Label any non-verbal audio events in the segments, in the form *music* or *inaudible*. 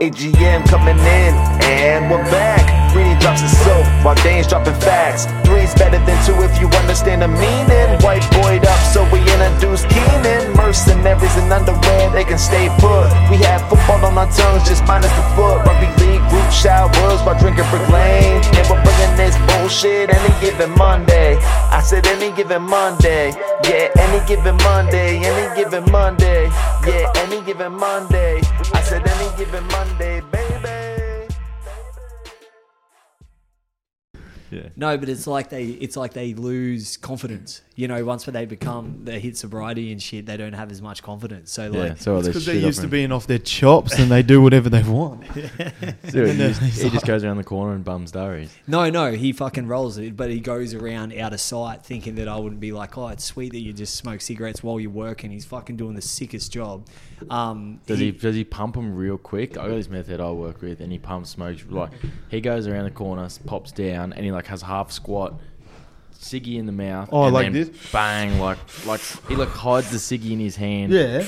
AGM coming in, and we're back. Greeny drops his soap while Dane's dropping facts. Three's better than two if you understand the meaning. White boyed up, so we introduce Keenan. Mercenaries in underwear, they can stay put. We have football on our tongues, just minus the foot. Rugby league group showers while drinking Proclaim. And we're bringing this bullshit any given Monday. I said any given Monday. Yeah, any given Monday, any given Monday. Yeah, any given Monday. I said any given Monday, baby. Yeah. No, but it's like they it's like they lose confidence. You know, once they become they hit sobriety and shit, they don't have as much confidence. So Yeah. like So all It's this because they shit used off to him. being off their chops and they do whatever they want. So he, And then just, *laughs* he's he just goes around the corner and bums diaries. no, no, he fucking rolls it, but he goes around out of sight thinking that I wouldn't be like, Oh, it's sweet that you just smoke cigarettes while you're working. He's fucking doing the sickest job. Um Does he does he pump them real quick? I got this method I work with, and he pumps smokes like he goes around the corner, s- pops down, and he like has half squat, ciggy in the mouth. Oh, and like then this? Bang! Like like he like hides the ciggy in his hand. *laughs* Yeah.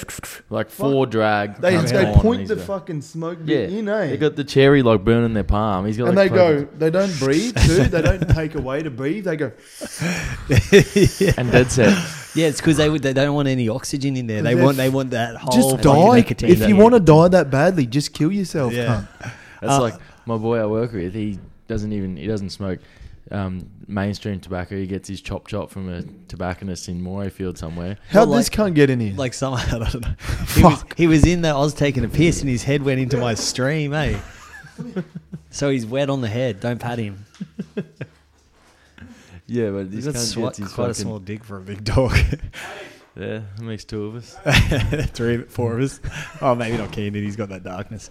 Like four drag. They, comes they on, and point he's the there. fucking smoke Yeah, bit in, eh? they got the cherry like burning their palm. He's got and they like, go, they don't *laughs* breathe too. They don't take away to breathe. They go, go and dead set. *laughs* Yeah, it's because they would they don't want any oxygen in there. They They're want they want that whole just fucking die. nicotine If that you want to die that badly, just kill yourself. Yeah. cunt." That's Uh, like my boy I work with. He doesn't even he doesn't smoke um, mainstream tobacco. He gets his chop chop from a tobacconist in Morayfield somewhere. How'd Well, this like- cunt get in here? like some *laughs* I don't know. He was, Fuck. he was in there. I was taking a piss, and his head went into *laughs* my stream, eh? so he's wet on the head. Don't pat him. Yeah, but this He's got cunt swi- gets his quite a fucking- small dick for a big dog. *laughs* Yeah, that makes two of us. Three, of- four of us. Oh, maybe not Keenan. He's got that darkness.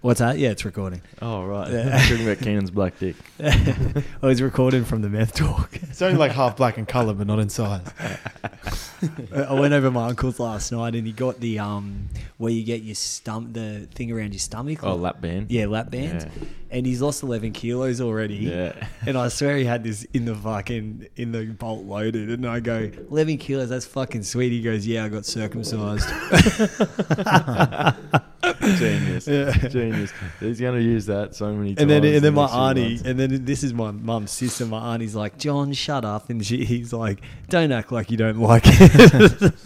What's that? Yeah, it's recording. Oh right, Yeah. talking about Keenan's black dick. *laughs* Oh, it's recording from the meth talk. It's only like half black in colour, but not in size. *laughs* I *laughs* I went over my uncle's last night, and he got the um where you get your stump, the thing around your stomach. Oh lap band. Yeah, lap bands. Yeah. And he's lost 11 kilos already. Yeah. And I swear he had this in the fucking, in the bolt loaded. And I go, 11 kilos, that's fucking sweet. He goes, yeah, I got circumcised. *laughs* Genius. Yeah. *laughs* Genius. He's gonna use that so many times. And then, and then my auntie, auntie. and then this is my mum's sister. My auntie's like, John, shut up. And she, he's like, don't act like you don't like it. *laughs*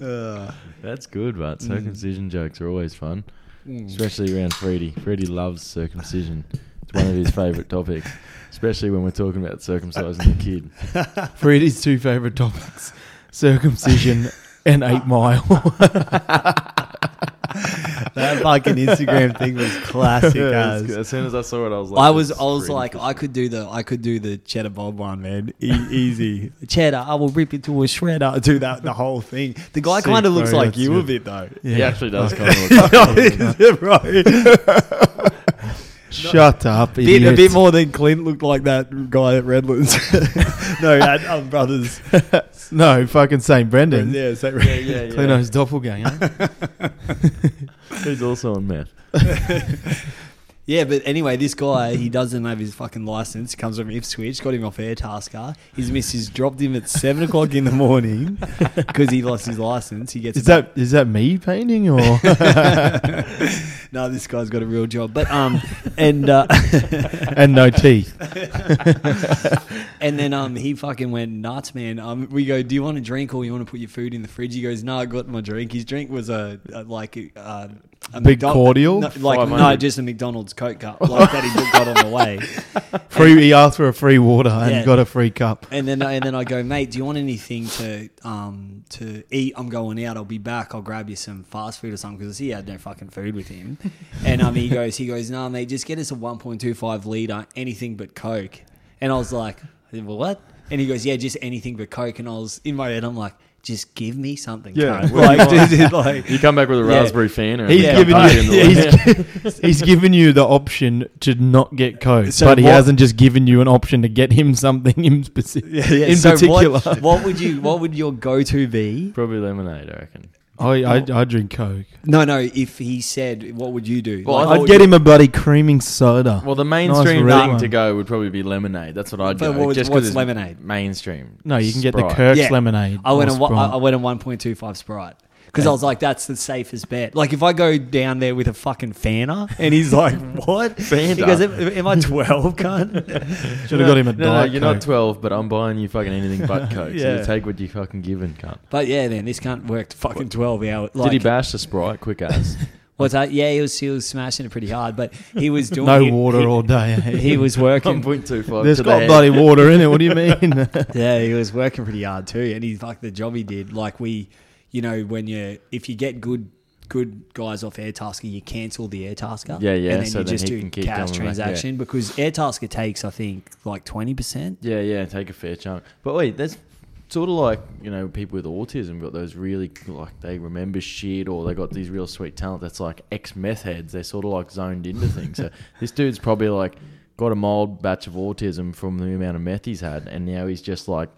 Uh, Ugh. That's good, but Mm. circumcision jokes are always fun, especially around Freddy. Freddy loves circumcision. It's *laughs* one of his favourite topics, especially when we're talking about circumcising the kid. For it is two favourite topics *laughs* circumcision and *laughs* eight mile. that fucking Instagram thing was classic *laughs* Yeah, as. it's- as soon as I saw it, I was like, I was, "This I was Freddy like, just I could do the, I could do the cheddar bob one, man, e- easy *laughs* cheddar. I will rip it to a shredder. Do that, the whole thing. The guy Sick, kind of looks bro, like that's you a good. bit though. He *laughs* Yeah. actually does kind of *laughs* look. right. Shut up, Bit, idiot. a bit more than Clint looked like that guy at Redlands. *laughs* no, at um, *laughs* brothers. No, fucking St. Brendan. yeah, so *laughs* Yeah, yeah, yeah. Clino's *laughs* doppelganger. He's also on meth. Yeah, but anyway, this guy, he doesn't have his fucking license. Comes from Ipswich, got him off Airtasker. His missus dropped him at 7 o'clock in the *laughs* morning *laughs* because he lost his license. He gets is that is that me painting *laughs* or no, this guy's got a real job. But um, *laughs* and uh, and no teeth? and then um, he fucking went nuts, man. Um, we go, do you want a drink or you want to put your food in the fridge? He goes, no, I got my drink. His drink was a, a like uh, a Big McDo- cordial? no, like no, 500. just a McDonald's Coke cup, like that he got on the *laughs* way. Free, he asked for a free water and Yeah. got a free cup. And then and then I go, mate, do you want anything to um to eat? I'm going out. I'll be back. I'll grab you some fast food or something because he had no fucking food with *laughs* him. And um, he goes, he goes, no, mate, just get us a 1.25 liter, anything but Coke. And I was like, well, what? And he goes, yeah, just anything but Coke. And I was in my head, I'm like, just give me something. Yeah, cunt." what do like, you want? just, just like You come back with a Yeah. raspberry fan, or He's a given party you, in the *laughs* he's, gi- he's given you the option to not get coke, So but he what- hasn't just given you an option to get him something in, speci- in so particular. What, what would you? What would your go-to be? Probably lemonade, I reckon. *laughs* I, I I drink coke. No, no. If he said, what would you do? Well, Like, I what I'd would get you- him a bloody creaming soda. Well, the mainstream red thing one. to go would probably be lemonade. That's what I'd But go. what was- just 'cause what's it's lemonade? Mainstream. no, you can get the Sprite. Kirk's Yeah. lemonade. I went or on. one- I Sprite. I went on one point two five Sprite because I was like, that's the safest bet. Like if I go down there with a fucking fanner, and he's *laughs* like, what? He Fanta? goes, am, am I twelve, *laughs* cunt? Should have got him a No, no, diet you're not Coke. 12, but I'm buying you fucking anything *laughs* but Coke. So Yeah. you take what you fucking given, cunt. But yeah, then this cunt worked fucking twelve hours. Like, Did he bash the Sprite quick *laughs* ass? What's that? Yeah, he was he was smashing it pretty hard, but he was doing *laughs* *laughs* No he- water he- all day. eh? *laughs* He was working. 1.25 There's to got the bloody head. water in it. What do you *laughs* mean? Yeah, he was working pretty hard too, and he like the job he did. Like we, you know, when you if you get good good guys off Airtasker, you cancel the Airtasker. Yeah, yeah, And then so you then just he do can keep cash coming back, transaction because Airtasker takes I think like twenty percent. Yeah, yeah, take a fair chunk. But wait, that's sort of like you know people with autism got those really like they remember shit or they got these real sweet talent that's like ex meth heads. They're sort of like zoned into things. *laughs* So this dude's probably like got a mild batch of autism from the amount of meth he's had, and now he's just like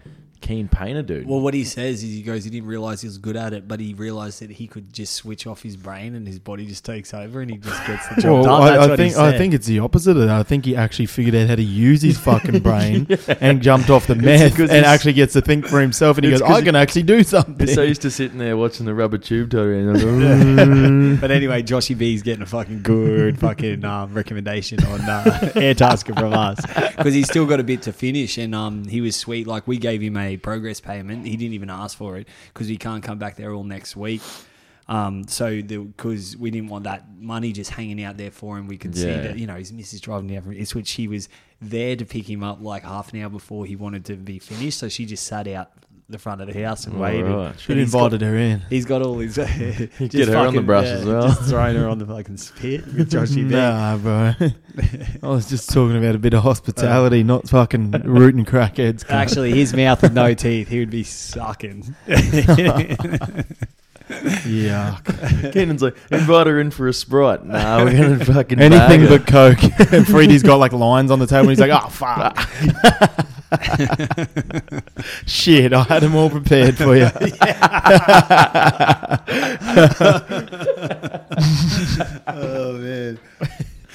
keen painter dude. Well, what he says is he goes, he didn't realize he was good at it, but he realized that he could just switch off his brain and his body just takes over and he just gets the job Well, done. That's I, I what he think I said. think it's the opposite of that. I think he actually figured out how to use his fucking brain and jumped off the meth because and he's- actually gets to think for himself. And he It's goes, 'cause "I can actually do something." He's *laughs* *laughs* so used to sitting there watching the rubber tube toy and I'm *laughs* like, But anyway, Joshy B's getting a fucking good fucking um, recommendation on *laughs* uh, Air Tasker from us because he's still got a bit to finish, and um, he was sweet. Like we gave him a progress payment; he didn't even ask for it because he can't come back there all next week. Um, so because we didn't want that money just hanging out there for him, we could see Yeah. that you know his missus driving down from Ipswich. She was there to pick him up like half an hour before he wanted to be finished, so she just sat out the front of the house and All waited. right. And Should have he's got- invited her in. He's got all his. *laughs* Get get her on the brush as well. Just throwing her on the fucking spit with *laughs* Joshy B. Nah, bro. I was just talking about a bit of hospitality, not fucking rooting crackheads. Actually, his mouth with *laughs* no teeth, he would be *laughs* sucking. Oh, yeah, *laughs* Keenan's like, invite her in for a sprite. Nah, we're *laughs* gonna fucking bag anything her. but coke. *laughs* and Freddy's got like lines on the table, and he's like, "Oh fuck, *laughs* shit! I had them all prepared for *laughs* you." oh man,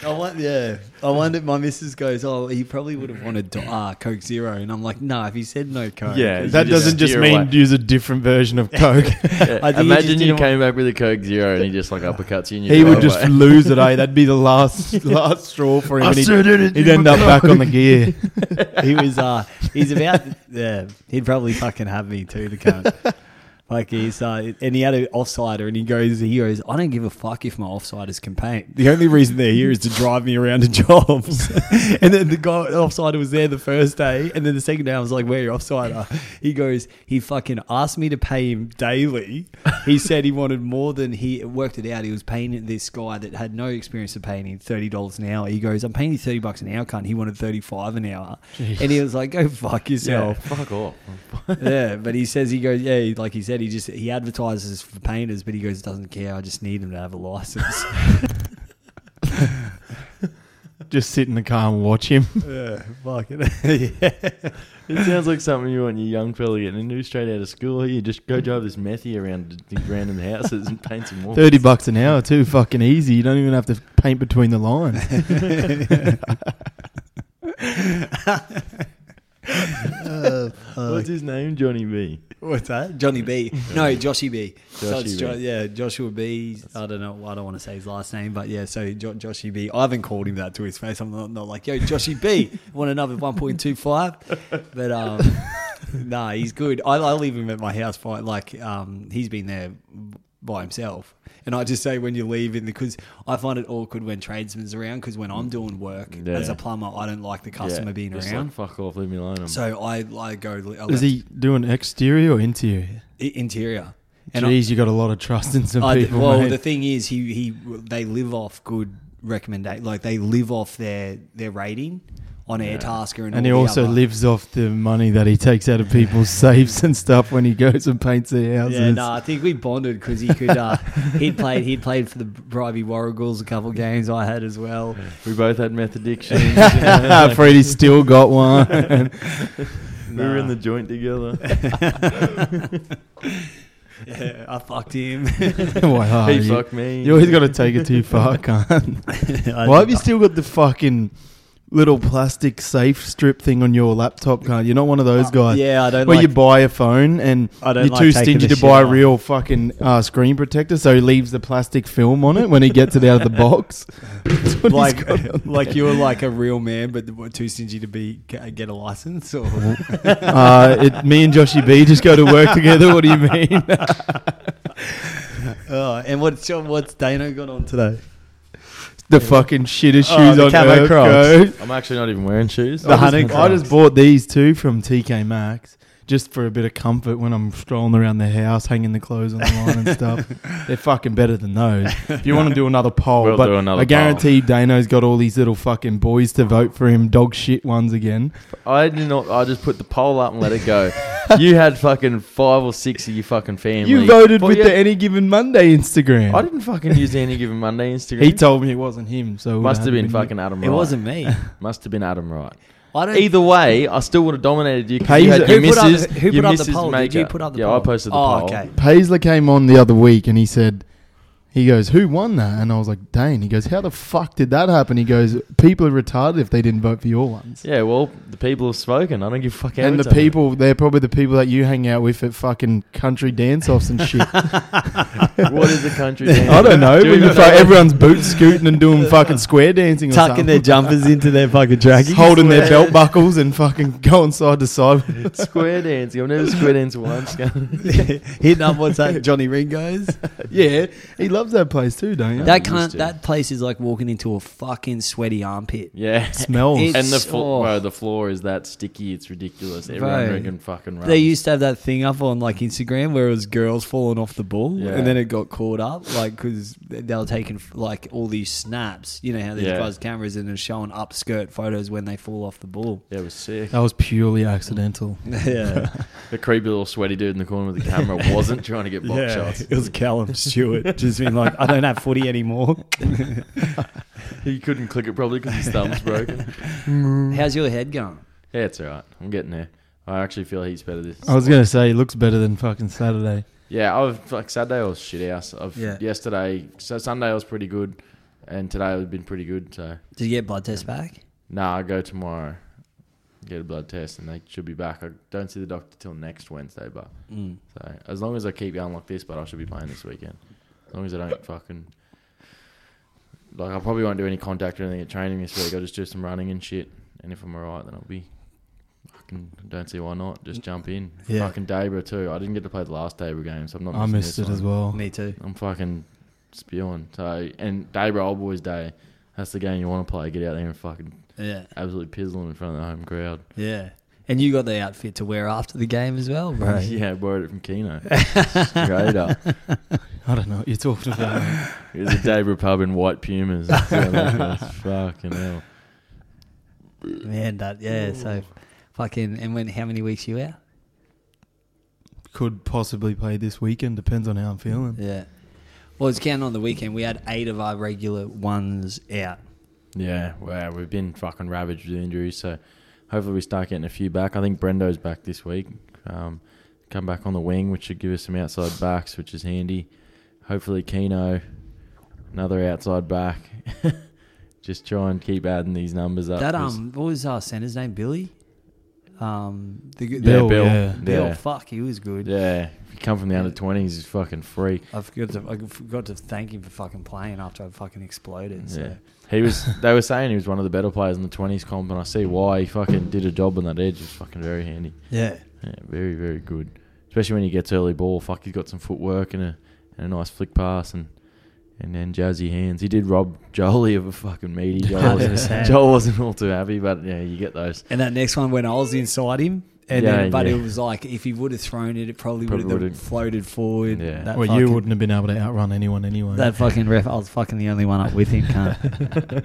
I want yeah. I wonder. My missus goes, "Oh, he probably would have wanted to, ah Coke Zero," and I'm like, "No, if he said no Coke, Yeah, That You *laughs* just doesn't just steer mean away. use a different version *laughs* of coke. Yeah, I think he Imagine just you didn't came back with a Coke Zero and he just like uppercuts you. And you He go would just away. lose it, *laughs* eh? That'd be the last last straw for him. I and he'd, said it, he'd you end up back *laughs* on the gear. he was uh he's about yeah he'd probably fucking have me too the cunt like he's uh and he had an offsider and he goes he goes I don't give a fuck if my offsiders can paint the only reason they're here is to drive me around to *laughs* jobs and then the guy offsider was there the first day and then the second day I was like where your offsider he goes he fucking asked me to pay him daily he said he wanted more than he worked it out he was paying this guy that had no experience of paying him thirty dollars an hour he goes I'm paying you thirty bucks an hour cunt he wanted thirty five an hour and he was like, "Go fuck Yeah, yourself." fuck off. Yeah. but he says he goes, "Yeah, he- like he said, he just he advertises for painters, but he goes doesn't care. I just need him to have a license." *laughs* Just sit in the car and watch him. yeah, fuck *laughs* it. *laughs* It sounds like something you want your young fella getting into straight out of school. You just go drive this methy around these random houses and paint some walls. *laughs* Thirty bucks an hour too, fucking easy. You don't even have to paint between the lines. What's his name? Johnny B. What's that? Johnny *laughs* B. No, Joshy B. so Joshy it's B. Jo- yeah, Joshua B. I don't know. I don't want to say his last name, but yeah. So jo- Joshy B. I haven't called him that to his face. I'm not, not like, yo, Joshy *laughs* B. Want another 1.25? But um, nah, he's good. I, I leave him at my house by like um, he's been there by himself. And I just say when you leave in because I find it awkward when tradesmen's around because when I'm doing work Yeah. as a plumber, I don't like the customer Yeah, being just around. Like, fuck off, leave me alone. I'm so I, I go. I *laughs* Is left- he doing exterior or interior? i- interior. And I- Jeez, you got a lot of trust in some I d- people. well, mate. the thing is, he he they live off good recommendation. Like they live off their their rating on AirTasker, and, and he all the also other- lives off the money that he takes out of people's *laughs* safes and stuff when he goes and paints their houses. Yeah, no, I *laughs* *laughs* think we bonded because he could. Uh, he'd played. He'd played for the Bribey Warrigals a couple games. I had as well. we both had meth *laughs* addiction. *laughs* you know. Freddie's still got one. *laughs* we were in the joint together. *laughs* Yeah, I fucked him. *laughs* Why, oh, he you, fucked me. you always got to take it too far, *laughs* cunt. *laughs* I Why did have you not. still got the fucking little plastic safe strip thing on your laptop, can't you? You're not one of those guys. Uh, Yeah, I don't Where like. you buy a phone and I don't you're like too taking stingy the to buy a shit off. real fucking uh, screen protector, so he leaves the plastic film on it when he gets it out of *laughs* the box. That's what he's like, got on there. like you're like a real man, but we're too stingy to be get a license. Or *laughs* uh, it, me and Joshy B just go to work together. What do you *laughs* mean? oh, and what's your, what's Dano got on today? the fucking shittest Oh, shoes the on camo Earth, Crocs. bro. I'm actually not even wearing shoes. I The just- hunting. I just bought these two from TK Maxx just for a bit of comfort when I'm strolling around the house, hanging the clothes on the line *laughs* and stuff. They're fucking better than those. If you want to do another poll, We'll but do another I guarantee Dano's got all these little fucking boys to vote for him. Dog shit ones again. I did not. I just put the poll up and let it go. you had fucking five or six of your fucking family. You voted Well, with yeah, the Any Given Monday Instagram. I didn't fucking use the any given Monday Instagram. he told me it wasn't him, so it Must would've have been you. fucking Adam. It Wright. wasn't me. Must have been Adam Wright. I *laughs* don't. Either way, I still would have dominated you. 'cause Hey, you who had your put up missus, the- who your put up the missus poll? Did make you up. put up the yeah, I poll? posted Oh, the poll. okay. Paisley came on the other week and he said, he goes, who won that? And I was like, Dane. He goes, how the fuck did that happen? He goes, people are retarded if they didn't vote for your ones. Yeah, well, the people have spoken. I don't give a fuck. how and it's the over. people, they're probably the people that you hang out with at fucking country dance-offs and *laughs* shit. *laughs* What is the *laughs* country? I don't know. Do you When you know- fu- everyone's boot scooting and doing fucking square dancing or tucking their *laughs* something. jumpers into their fucking *laughs* draggies. Holding their belt buckles and fucking going side to side. *laughs* *laughs* square dancing. I've never square danced *laughs* once. *laughs* Hitting up what's that? Johnny *laughs* Ringo's. yeah, he loves that place too, don't you? That That used can't. to. That place is like walking into a fucking sweaty armpit. yeah. smells. It's- And the It's- floor, oh. bro, the floor is that sticky. It's ridiculous. Everyone Bro. reckon fucking runs. They used to have that thing up on like Instagram where it was girls falling off the ball, Yeah. and then it got caught up, like because they were taking like all these snaps. You know how these Yeah. guys' cameras and they're showing upskirt photos when they fall off the *laughs* ball. yeah, it was sick. that was purely accidental. Yeah, *laughs* The creepy little sweaty dude in the corner with the camera wasn't trying to get *laughs* box shots. was Callum Stewart just being like, "I don't have footy anymore." He couldn't click it probably because his thumb's *laughs* broken. *laughs* How's your head going? Yeah, it's all right. I'm getting there. I actually feel heaps better this. I was going to say, he looks better than fucking Saturday. Yeah, I've like Saturday I was shit house. I've Yeah. yesterday, so Sunday I was pretty good, and today I've been pretty good. So Did you get blood test back? nah, I go tomorrow, get a blood test, and they should be back. I don't see the doctor till next Wednesday, but Mm. so as long as I keep going like this, but I should be playing this weekend. As long as I *laughs* don't fucking like, I probably won't do any contact or anything at training this week. I'll just do some running and shit, and if I'm alright, then I'll be. Fucking don't see why not. Just jump in. Yeah. Fucking Dabra too. I didn't get to play the last Dabra game, so I'm not. I missing missed this it as one. well. Me too. I'm fucking spewing. So and day bro, old boys day. That's the game you want to play. Get out there and fucking Yeah, absolutely pizzle 'em in front of the home crowd. yeah. And you got the outfit to wear after the game as well, bro. *laughs* Yeah, borrowed it from Keno. *laughs* Straight up. I don't know what you're talking *laughs* about. mate. It was a Dabra pub in *laughs* white pumas. fucking hell. Man, that yeah. So, fucking, and when? How many weeks you out? Could possibly play this weekend. Depends on how I'm feeling. Yeah. Well, it's counting on the weekend. We had eight of our regular ones out. Yeah, wow, we've been fucking ravaged with injuries, so hopefully we start getting a few back. I think Brendo's back this week. Um, come back on the wing, which should give us some outside backs, which is handy. Hopefully Keno, another outside back. *laughs* Just try and keep adding these numbers up. that 'cause- um, what was our center's name? Billy. Um, the, the yeah, Bill, Bill, yeah. Bill, yeah, Fuck, he was good. yeah. If you come from the under twenties, he's fucking free. I forgot to I forgot to thank him for fucking playing after I fucking exploded. So. Yeah. He was. They were saying he was one of the better players in the twenties comp, and I see why. He fucking did a job on that edge. It was fucking very handy. Yeah. Yeah, very, very good. Especially when he gets early ball. Fuck, he's got some footwork and a and a nice flick pass and and then jazzy hands. He did rob Jolie of a fucking meaty. Joel *laughs* wasn't, 100%. Joel wasn't all too happy, but yeah, you get those. And that next one when I was inside him. And Yeah, then, but yeah. it was like if he would have thrown it, it probably, Probably would would've- have floated forward. Yeah. That Well, you fucking- wouldn't have been able to outrun anyone anyway. *laughs* That fucking ref, I was fucking the only one up with him. Cunt.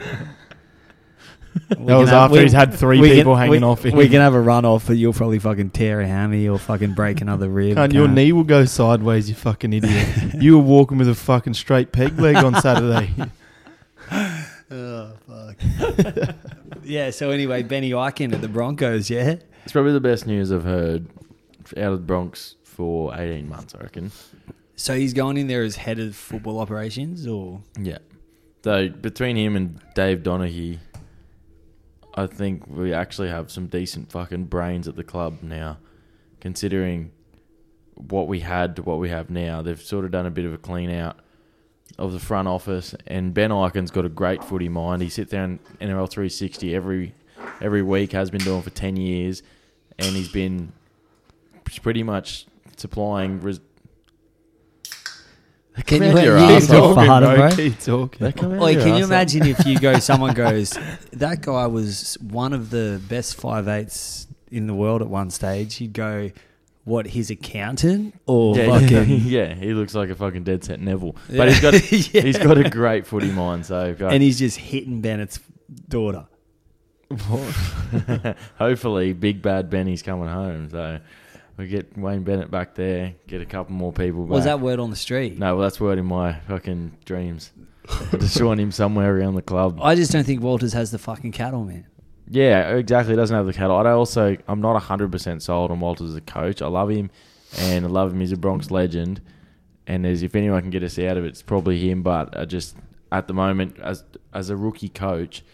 That was after he's had three people hanging off him. We can *laughs* have a run off, but you'll probably fucking tear a hammy or fucking break another rib. Cunt, your cunt. knee will go sideways, you fucking idiot. *laughs* you were walking with a fucking straight peg leg on Saturday. Oh, fuck. *laughs* yeah. So anyway, Benny Eichen at the Broncos. Yeah. It's probably the best news I've heard out of the Bronx for eighteen months. I reckon. So he's going in there as head of football operations, or Yeah. So between him and Dave Donaghy, I think we actually have some decent fucking brains at the club now, considering what we had to what we have now. They've sort of done a bit of a clean out of the front office, and Ben Icon's got a great footy mind. He sits there in NRL 360 every every week, has been doing for 10 years, and he's been pretty much supplying. Res- Can Come you out *laughs* your let me ass go off. for harder, bro? Keep talking. They come out Oi, your can ass you off. imagine if you *laughs* go, someone goes, that guy was one of the best five eights in the world at one stage. You'd go, what, his accountant or Yeah, *laughs* fucking. *laughs* yeah, he looks like a fucking dead set Neville. Yeah. But *laughs* he's got Yeah. he's got a great footy mind. So *laughs* go- And he's just hitting Bennett's daughter. *laughs* hopefully, big bad Benny's coming home. So we get Wayne Bennett back there, get a couple more people. Back. Was that word on the street? No, well, that's word in my fucking dreams. *laughs* Just showing him somewhere around the club. I just don't think Walters has the fucking cattle, man. Yeah, exactly. He doesn't have the cattle. I also, I'm not 100% sold on Walters as a coach. I love him and I love him. He's a Bronx legend. And as if anyone can get us out of it, it's probably him. But I just, at the moment, as as a rookie coach,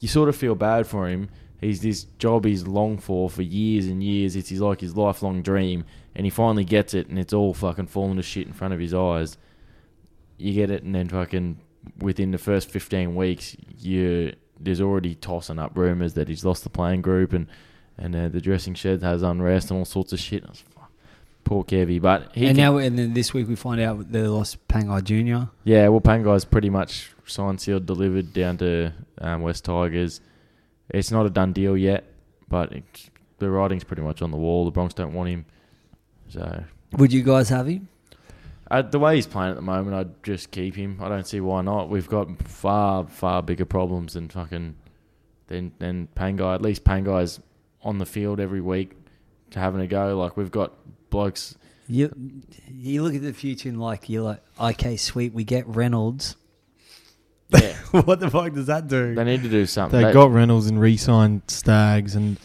you sort of feel bad for him. He's this job he's longed for for years and years. It's his, like his lifelong dream. And he finally gets it and it's all fucking falling to shit in front of his eyes. You get it and then fucking within the first 15 weeks, you there's already tossing up rumours that he's lost the playing group and and uh, the dressing shed has unrest and all sorts of shit. I was, "Fuck, Poor Kevy, but he and can- now, and then this week we find out they lost Pangai Junior. yeah, well, Pangai's pretty much signed, sealed, delivered down to um, West Tigers. It's not a done deal yet, but it, the writing's pretty much on the wall. The Bronx don't want him, so Would you guys have him? uh, the way he's playing at the moment, I'd just keep him. I don't see why not. We've got far, far bigger problems than fucking than than Pangai. At least Pangai's on the field every week, having a go. Like we've got blokes. You, you look at the future and like you're like, okay, sweet, we get Reynolds. *laughs* *laughs* Yeah, what the fuck does that do? they need to do something. They got Reynolds and re-signed Stags, and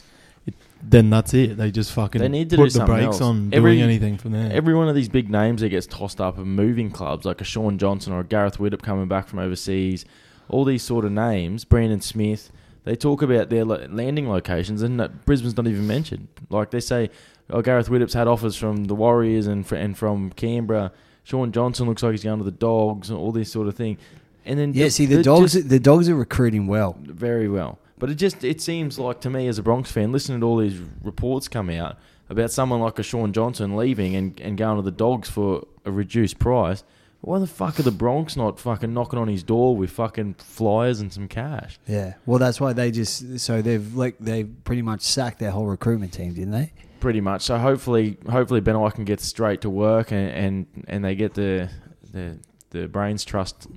it, then that's it. They just fucking They need to put do the something brakes else. on Every- doing anything from there. Every one of these big names that gets tossed up are moving clubs, like a Sean Johnson or a Gareth Widdop coming back from overseas. All these sort of names, Brandon Smith, they talk about their lo- landing locations, and that Brisbane's not even mentioned. Like they say, oh, Gareth Widdop's had offers from the Warriors and, fr- and from Canberra. Sean Johnson looks like he's going to the Dogs and all this sort of thing. And then yeah, th- see, the they're dogs, just- the dogs are recruiting well. very well. But it just it seems like to me as a Bronx fan, listening to all these reports come out about someone like a Sean Johnson leaving and, and going to the dogs for a reduced price, why the fuck are the Bronx not fucking knocking on his door with fucking flyers and some cash? Yeah, well, that's why they just so they've like they pretty much sacked their whole recruitment team, didn't they? Pretty much. So hopefully hopefully Ben I can get straight to work and, and, and they get the the the brains trust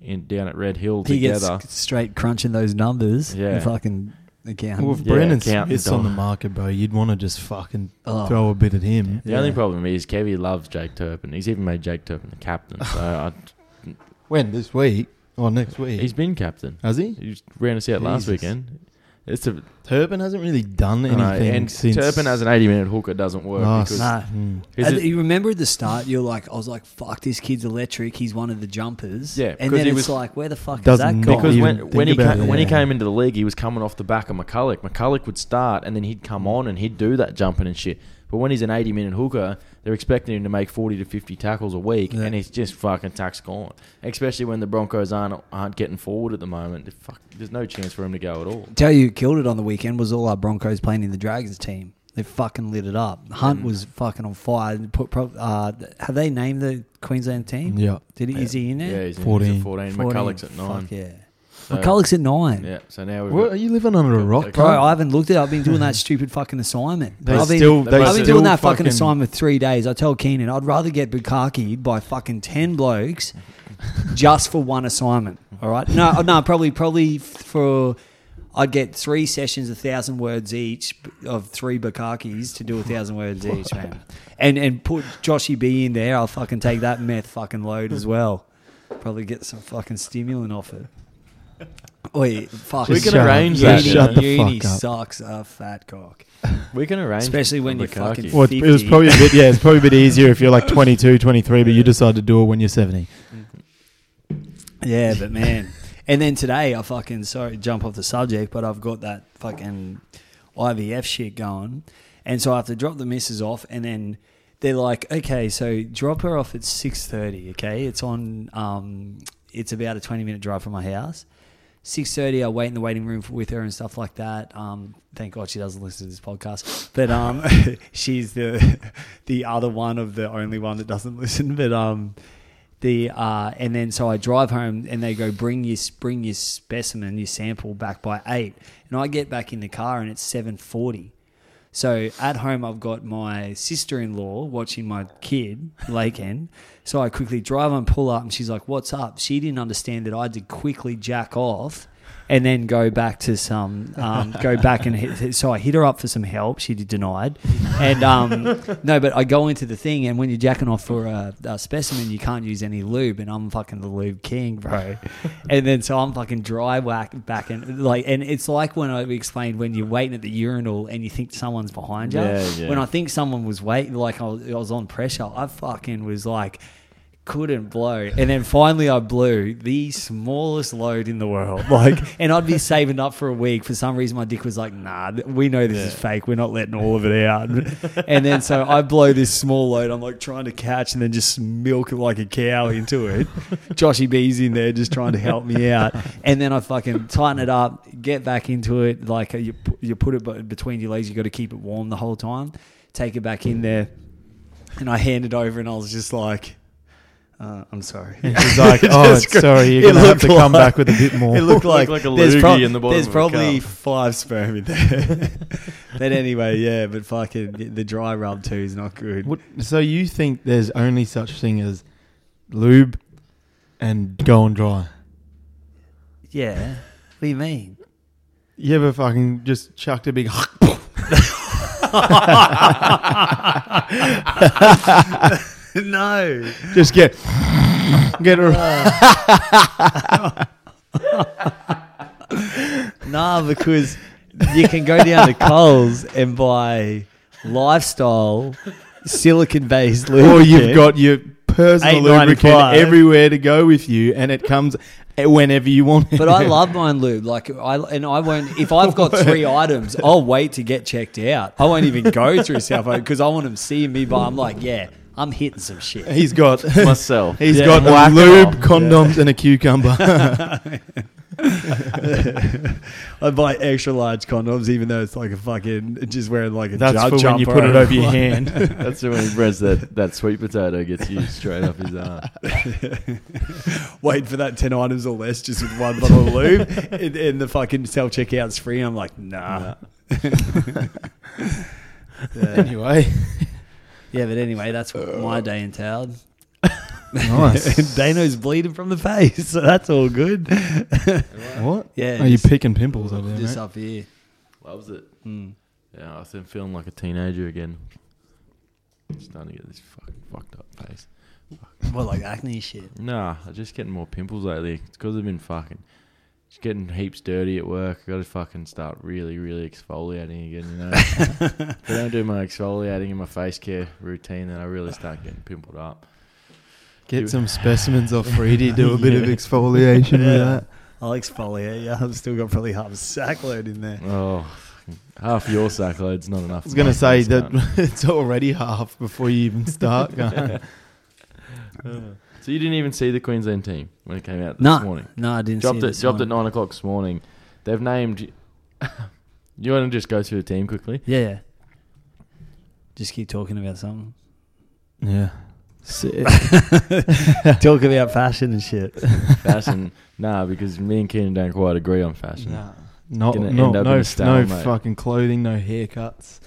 in down at Red Hill He gets together. straight crunching those numbers. Yeah. and fucking account. well, if Yeah, Brennan counting Smith's on the dollars. market, bro, you'd want to just fucking Oh. throw a bit at him. the yeah. only problem is Kevy loves Jake Turpin. He's even made Jake Turpin the captain. *laughs* So I, When this week or next week? he's been captain. has he? He just ran us out last Jesus. weekend. It's a Turpin hasn't really done I know, anything and since Turpin as an eighty-minute hooker doesn't work last. because Nah. Hmm. is And it- you remember at the start, you're like, I was like, "Fuck, this kid's electric. He's one of the jumpers." Yeah, and because then he it's was- like, where the fuck is Does that not gone? because when even think when he about came, it, when he yeah. came into the league, he was coming off the back of McCulloch. McCulloch would start and then he'd come on and he'd do that jumping and shit. But when he's an eighty-minute hooker, they're expecting him to make forty to fifty tackles a week, Yeah. and it's just fucking tax gone. Especially when the Broncos aren't aren't getting forward at the moment. They Fuck, there's no chance for him to go at all. Tell you, who killed it on the weekend was all our Broncos playing in the Dragons team. They fucking lit it up. Mm. Hunt was fucking on fire. They Put prob- uh, have they named the Queensland team? Yeah. Did he, is he in Yeah, there? he's in- he's at 14. 14. 14. McCulloch's at nine. Fuck yeah. So- McCulloch's at nine. Yeah, so now we've What, are got- you living under a rock, Bro, bro? I haven't looked at it. I've been doing that stupid fucking assignment. They I've been, still- they I've been still doing that fucking, fucking- assignment three days. I tell Keenan, I'd rather get bukakied by fucking 10 blokes just for one assignment. All right? No, oh, no, probably, probably for. I'd get three sessions, a thousand words each, of three bukakis to do a thousand words each, man. And and put Joshy B in there. I'll fucking take that meth fucking load as well. Probably get some fucking stimulant off it. Oi, fuck. We can Shut up. arrange Yeah, that. Shut the uni fuck up. sucks a fat cock. we can arrange, Especially when you're Lukaku. fucking- Well, it was 50. probably a bit. Yeah, *laughs* it's probably a bit easier if you're like 22, 23, but you decide to do it when you're 70. Yeah, but man, And then today, I fucking sorry to jump off the subject, but I've got that fucking IVF shit going, and so I have to drop the missus off, and then they're like, okay, so drop her off at six thirty. Okay, it's on. Um, it's about a twenty minute drive from my house. Six thirty, I wait in the waiting room for, with her and stuff like that. Um, thank God she doesn't listen to this podcast, but um, *laughs* she's the *laughs* the other one of the only one that doesn't listen. But um, the uh, and then so I drive home and they go bring your bring your specimen your sample back by eight and I get back in the car and it's seven forty. So at home I've got my sister in law watching my kid Laken. so I quickly drive and pull up and she's like, "What's up?" She didn't understand that I had to quickly jack off. And then go back to some, um, go back and hit, so I hit her up for some help. She denied, and *laughs* um, no, but I go into the thing, and when you're jacking off for a, a specimen, you can't use any lube, and I'm fucking the lube king, bro. *laughs* and then so I'm fucking dry whack back and like, and it's like when I explained when you're waiting at the urinal and you think someone's behind you. Yeah, yeah. When I think someone was waiting, like I was, I was on pressure, I fucking was like. Couldn't blow, and then finally I blew the smallest load in the world. Like, and I'd be saving up for a week. For some reason, my dick was like, "Nah, th- we know this is fake. We're not letting all of it out." *laughs* and then so I blow this small load. I'm like trying to catch and then just milk it like a cow into it. Joshy B's in there just trying to help me out. And then I fucking tighten it up, get back into it. Like uh, you, pu- you put it bu- between your legs. You got to keep it warm the whole time. Take it back in there, and I hand it over, and I was just like. Uh, I'm sorry. *laughs* *laughs* He's like, *laughs* oh, Just go- sorry, it you're gonna have looked to come like- back with a bit *laughs* more. It looked like, like a there's, loogie prob- in the bottom there's of a probably cup. five sperm in there. *laughs* but anyway, yeah. But fucking the dry rub too is not good. What, so you think there's only such thing as lube and going dry? Yeah. What do you mean? You ever fucking just chucked a big? *laughs* no. just get get a, *laughs* Nah, because you can go down to Coles and buy lifestyle silicon based or lubricant. you've got your personal lubricant 8.95. everywhere to go with you, and it comes whenever you want. But *laughs* I love my own lube. Like I and I won't. If I've *laughs* got three items, I'll wait to get checked out. I won't even go through South because I want them seeing me. But I'm like, yeah, I'm hitting some shit. *laughs* He's got myself. he's Yeah. got Whack a 'em lube, off. condoms, and a cucumber. I buy extra large condoms, even though it's like a fucking just wearing like a That's ju- for when you jumper put it *laughs* *laughs* over your hand. That's when he breads that, that sweet potato gets you straight up his *laughs* arm. *laughs* Wait for that ten items or less, just with one bottle of lube, and, and the fucking self checkout's free. I'm like, nah. yeah. anyway, Yeah, but anyway, that's what my day entailed. *laughs* nice. *laughs* Dano's bleeding from the face, so that's all good. what? Yeah, Are you just- picking pimples over there? just mate? up here. Loves it. Mm. Yeah, I've been feeling like a teenager again. Starting to get this fucking fucked up face. Well, like acne shit. Nah, I'm just getting more pimples lately. It's because I've been fucking. Just getting heaps dirty at work. i got to fucking start really, really exfoliating again, you *laughs* know. if I don't do my exfoliating and my face care routine, then I really start getting pimpled up. You- Get some specimens off Freedy, do a bit of exfoliation with that. I'll exfoliate you. I've still got probably half a sack load in there. Oh, fucking- half your sack load's not enough. I was going to say that *laughs* it's already half before you even start. going. So you didn't even see the Queensland team when it came out this No, morning. no, I didn't. Dropped see it. Dropped at nine o'clock this morning. They've named. *laughs* you want to just go through the team quickly? Yeah, yeah. Just keep talking about something. Yeah. Sick. *laughs* Talk about fashion and shit. *laughs* Fashion, nah, because me and Keenan don't quite agree on fashion. Nah. *laughs* Not, Gonna no, end up in no, a no stalemate. fucking clothing, no haircuts.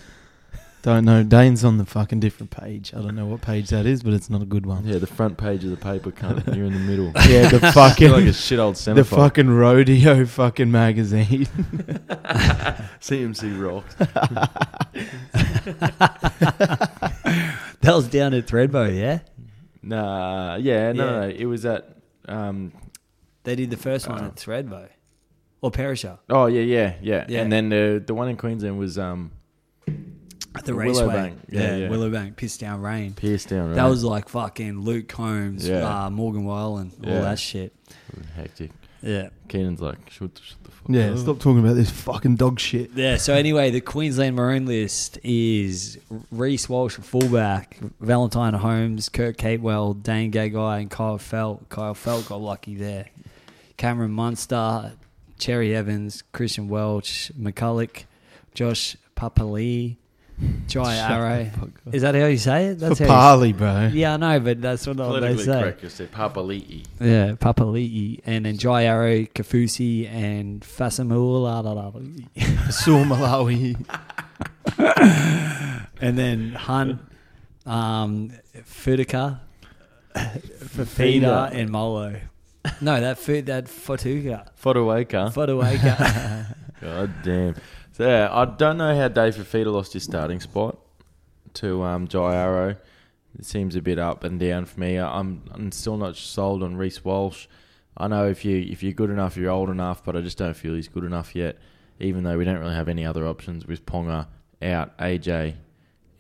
Don't know. Dane's on the fucking different page. I don't know what page that is, but it's not a good one. Yeah, the front page of the *laughs* paper, cunt. and You're in the middle. Yeah, *laughs* You're the like a fucking shit old centre. the fucking rodeo fucking magazine. CMC rocks. That was down at Threadbow, yeah. *laughs* Nah, yeah, no, Yeah. no, it was at. Um, They did the first one at Threadbow, or Perisher oh yeah, yeah, yeah, Yeah. And then the the one in Queensland was um at the Willowbank. raceway. Yeah, yeah. Willowbank, pissed down rain. Pierce down. Right? That was like fucking Luke Combs, Yeah. uh, Morgan Wallen, Yeah. all that shit. hectic. Yeah. Keenan's like, shut, the- shut the fuck Yeah, Oh. up. stop talking about this fucking dog shit. Yeah. So anyway, the Queensland Maroon list is Reese Walsh at fullback, Valentine Holmes, Kirk Capewell, Dane Gagai, and Kyle Felt. Kyle Felt got lucky there. Cameron Munster, Cherry Evans, Christian Welch, McCulloch, Josh Papali, Jai Shut the Arrow. fuck up. Is that how you say it? For how Parley, bro. you, Yeah, I know, but that's what they Politically say. correct, you say Papali'i. Yeah, Papali'i, and then Jai Arrow, Kafusi, and Fasamula. Saw Malawi. *laughs* And then Hunt, um, Futica, Fafita, and Molo. No, that food, that Fotuka, Fodawaker. Fotuaka. God damn. So yeah, I don't know how Dave Fafita lost his starting spot to um, Jairo. It seems a bit up and down for me. I'm I'm still not sold on Reese Walsh. I know if you if you're good enough, you're old enough, but I just don't feel he's good enough yet. Even though we don't really have any other options with Ponga out, AJ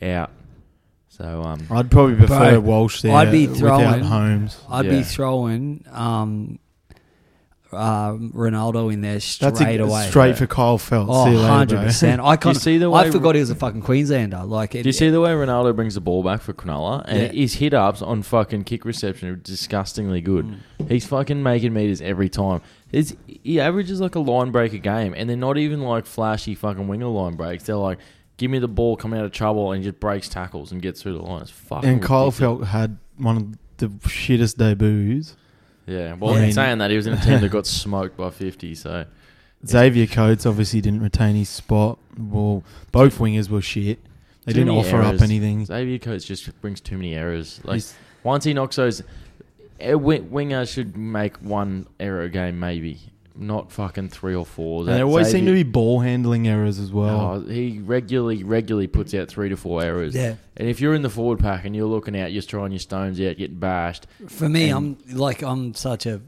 out. So um, I'd probably prefer Bro, Walsh there. I'd be throwing- without Holmes. I'd Yeah. be throwing um, uh, Ronaldo in there straight That's a, away. straight for Kyle Felt. Oh, See you later, bro. 100%. *laughs* I, Do you kind see the way- I forgot he was a fucking Queenslander. Like, it, Do you see the way Ronaldo brings the ball back for Cronulla? And Yeah. his hit ups on fucking kick reception are disgustingly good. He's fucking making meters every time. His, he averages like a line break a game, and they're not even like flashy fucking winger line breaks. They're like, give me the ball, come out of trouble, and he just breaks tackles and gets through the line. It's fucking. And Kyle ridiculous. Felt had one of the shittest debuts. Yeah, well, I in mean- saying that, he was in a team that *laughs* got smoked by 50, so. Xavier Coates obviously didn't retain his spot. Well, both wingers were shit. They Too didn't many offer errors. up anything. Xavier Coates just brings too many errors. Like He's- once he knocks those, a wi- winger should make one error a game maybe, not fucking three or four. And there always seem to be ball handling errors as well. Oh, he regularly, regularly puts out three to four errors. Yeah. And if you're in the forward pack and you're looking out, you're trying your stones out, getting bashed. For me, I'm like I'm such a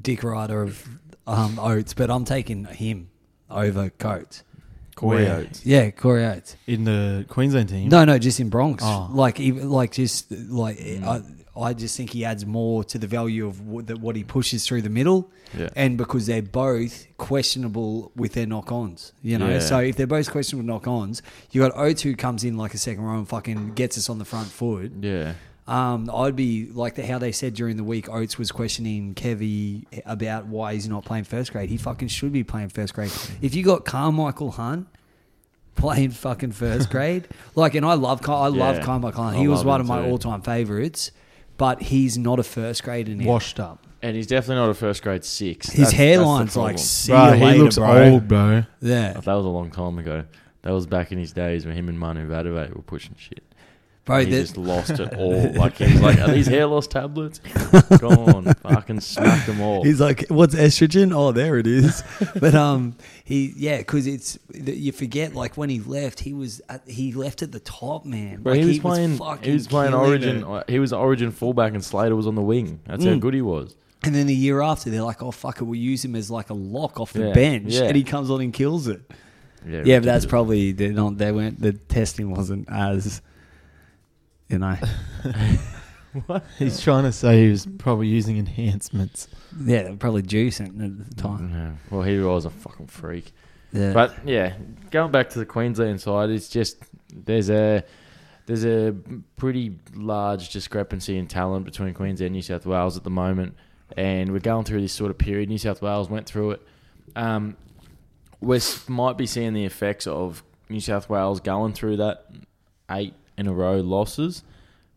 dick rider of um, Oates, but I'm taking him over Coates. Where? Coyotes. Yeah, Corey Oates. In the Queensland team. No, no, just in Bronx. Oh. Like, even, like just like Mm. I, I just think he adds more to the value of what, the, what he pushes through the middle, Yeah. and because they're both questionable with their knock-ons, you know. Yeah. So if they're both questionable knock-ons, you got O two comes in like a second row and fucking gets us on the front foot. Yeah. Um, I'd be like the, how they said during the week. Oates was questioning Kevy about why he's not playing first grade. He fucking should be playing first grade. If you got Carmichael Hunt playing fucking first grade, *laughs* like, and I love Car- I love Yeah. Carmichael Hunt. I He was love one him of my too. all time favorites, but he's not a first grader now. Washed up. And he's definitely not a first grade six. His That's- that's the hairline's like problem. see Bro, you he later, looks bro. old, bro. Yeah, That was a long time ago. That was back in his days when him and Manu Vadavate were pushing shit. bro. he that- just *laughs* lost it all. Like he was like, "Are these hair loss tablets? Gone. Fucking smacked them all." He's like, "What's estrogen? Oh, there it *laughs* is." but um, he yeah, because it's th- you forget like when he left, he was at, he left at the top, man. But like, he was playing. he was playing killing Origin. uh, it. He was Origin fullback, and Slater was on the wing. That's how Mm. good he was. and then the year after, they're like, "Oh fuck it, we'll use him as like a lock off the Yeah, bench," yeah. and he comes on and kills it. Yeah, Yeah, but that's ridiculous. probably they not they weren't the testing wasn't as you know *laughs* He's trying to say he was probably using enhancements. yeah probably juicing at the time. Yeah. Well, he was a fucking freak. Yeah. Mm-hmm. But yeah, going back to the Queensland side, it's just there's a there's a pretty large discrepancy in talent between Queensland and New South Wales at the moment, and we're going through this sort of period. New South Wales went through it. Um, we s- might be seeing the effects of New South Wales going through that eight in a row losses.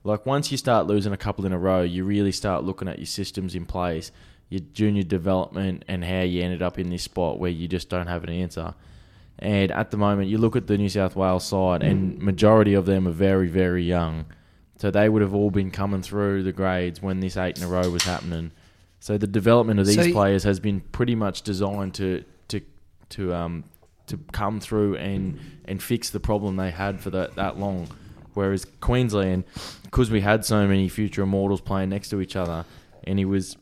Like once you start losing a couple in a row, you really start looking at your systems in place, your junior development, and how you ended up in this spot where you just don't have an answer. And at the moment, you look at the New South Wales side, and majority of them are very, very young. So they would have all been coming through the grades when this eight in a row was happening. So the development of these So- players has been pretty much designed to to to um to come through and and fix the problem they had for that that long. Whereas Queensland, because we had so many future immortals playing next to each other, and he was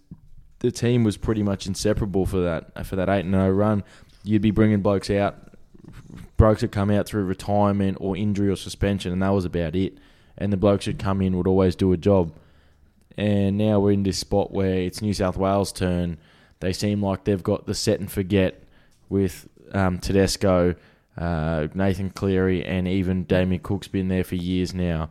the team was pretty much inseparable for that for that eight and zero run. You'd be bringing blokes out, blokes that come out through retirement or injury or suspension, and that was about it. And the blokes that come in would always do a job. And now we're in this spot where it's New South Wales' turn They seem like they've got the set and forget with um, Tedesco, uh, Nathan Cleary, and even Damien Cook's been there for years now.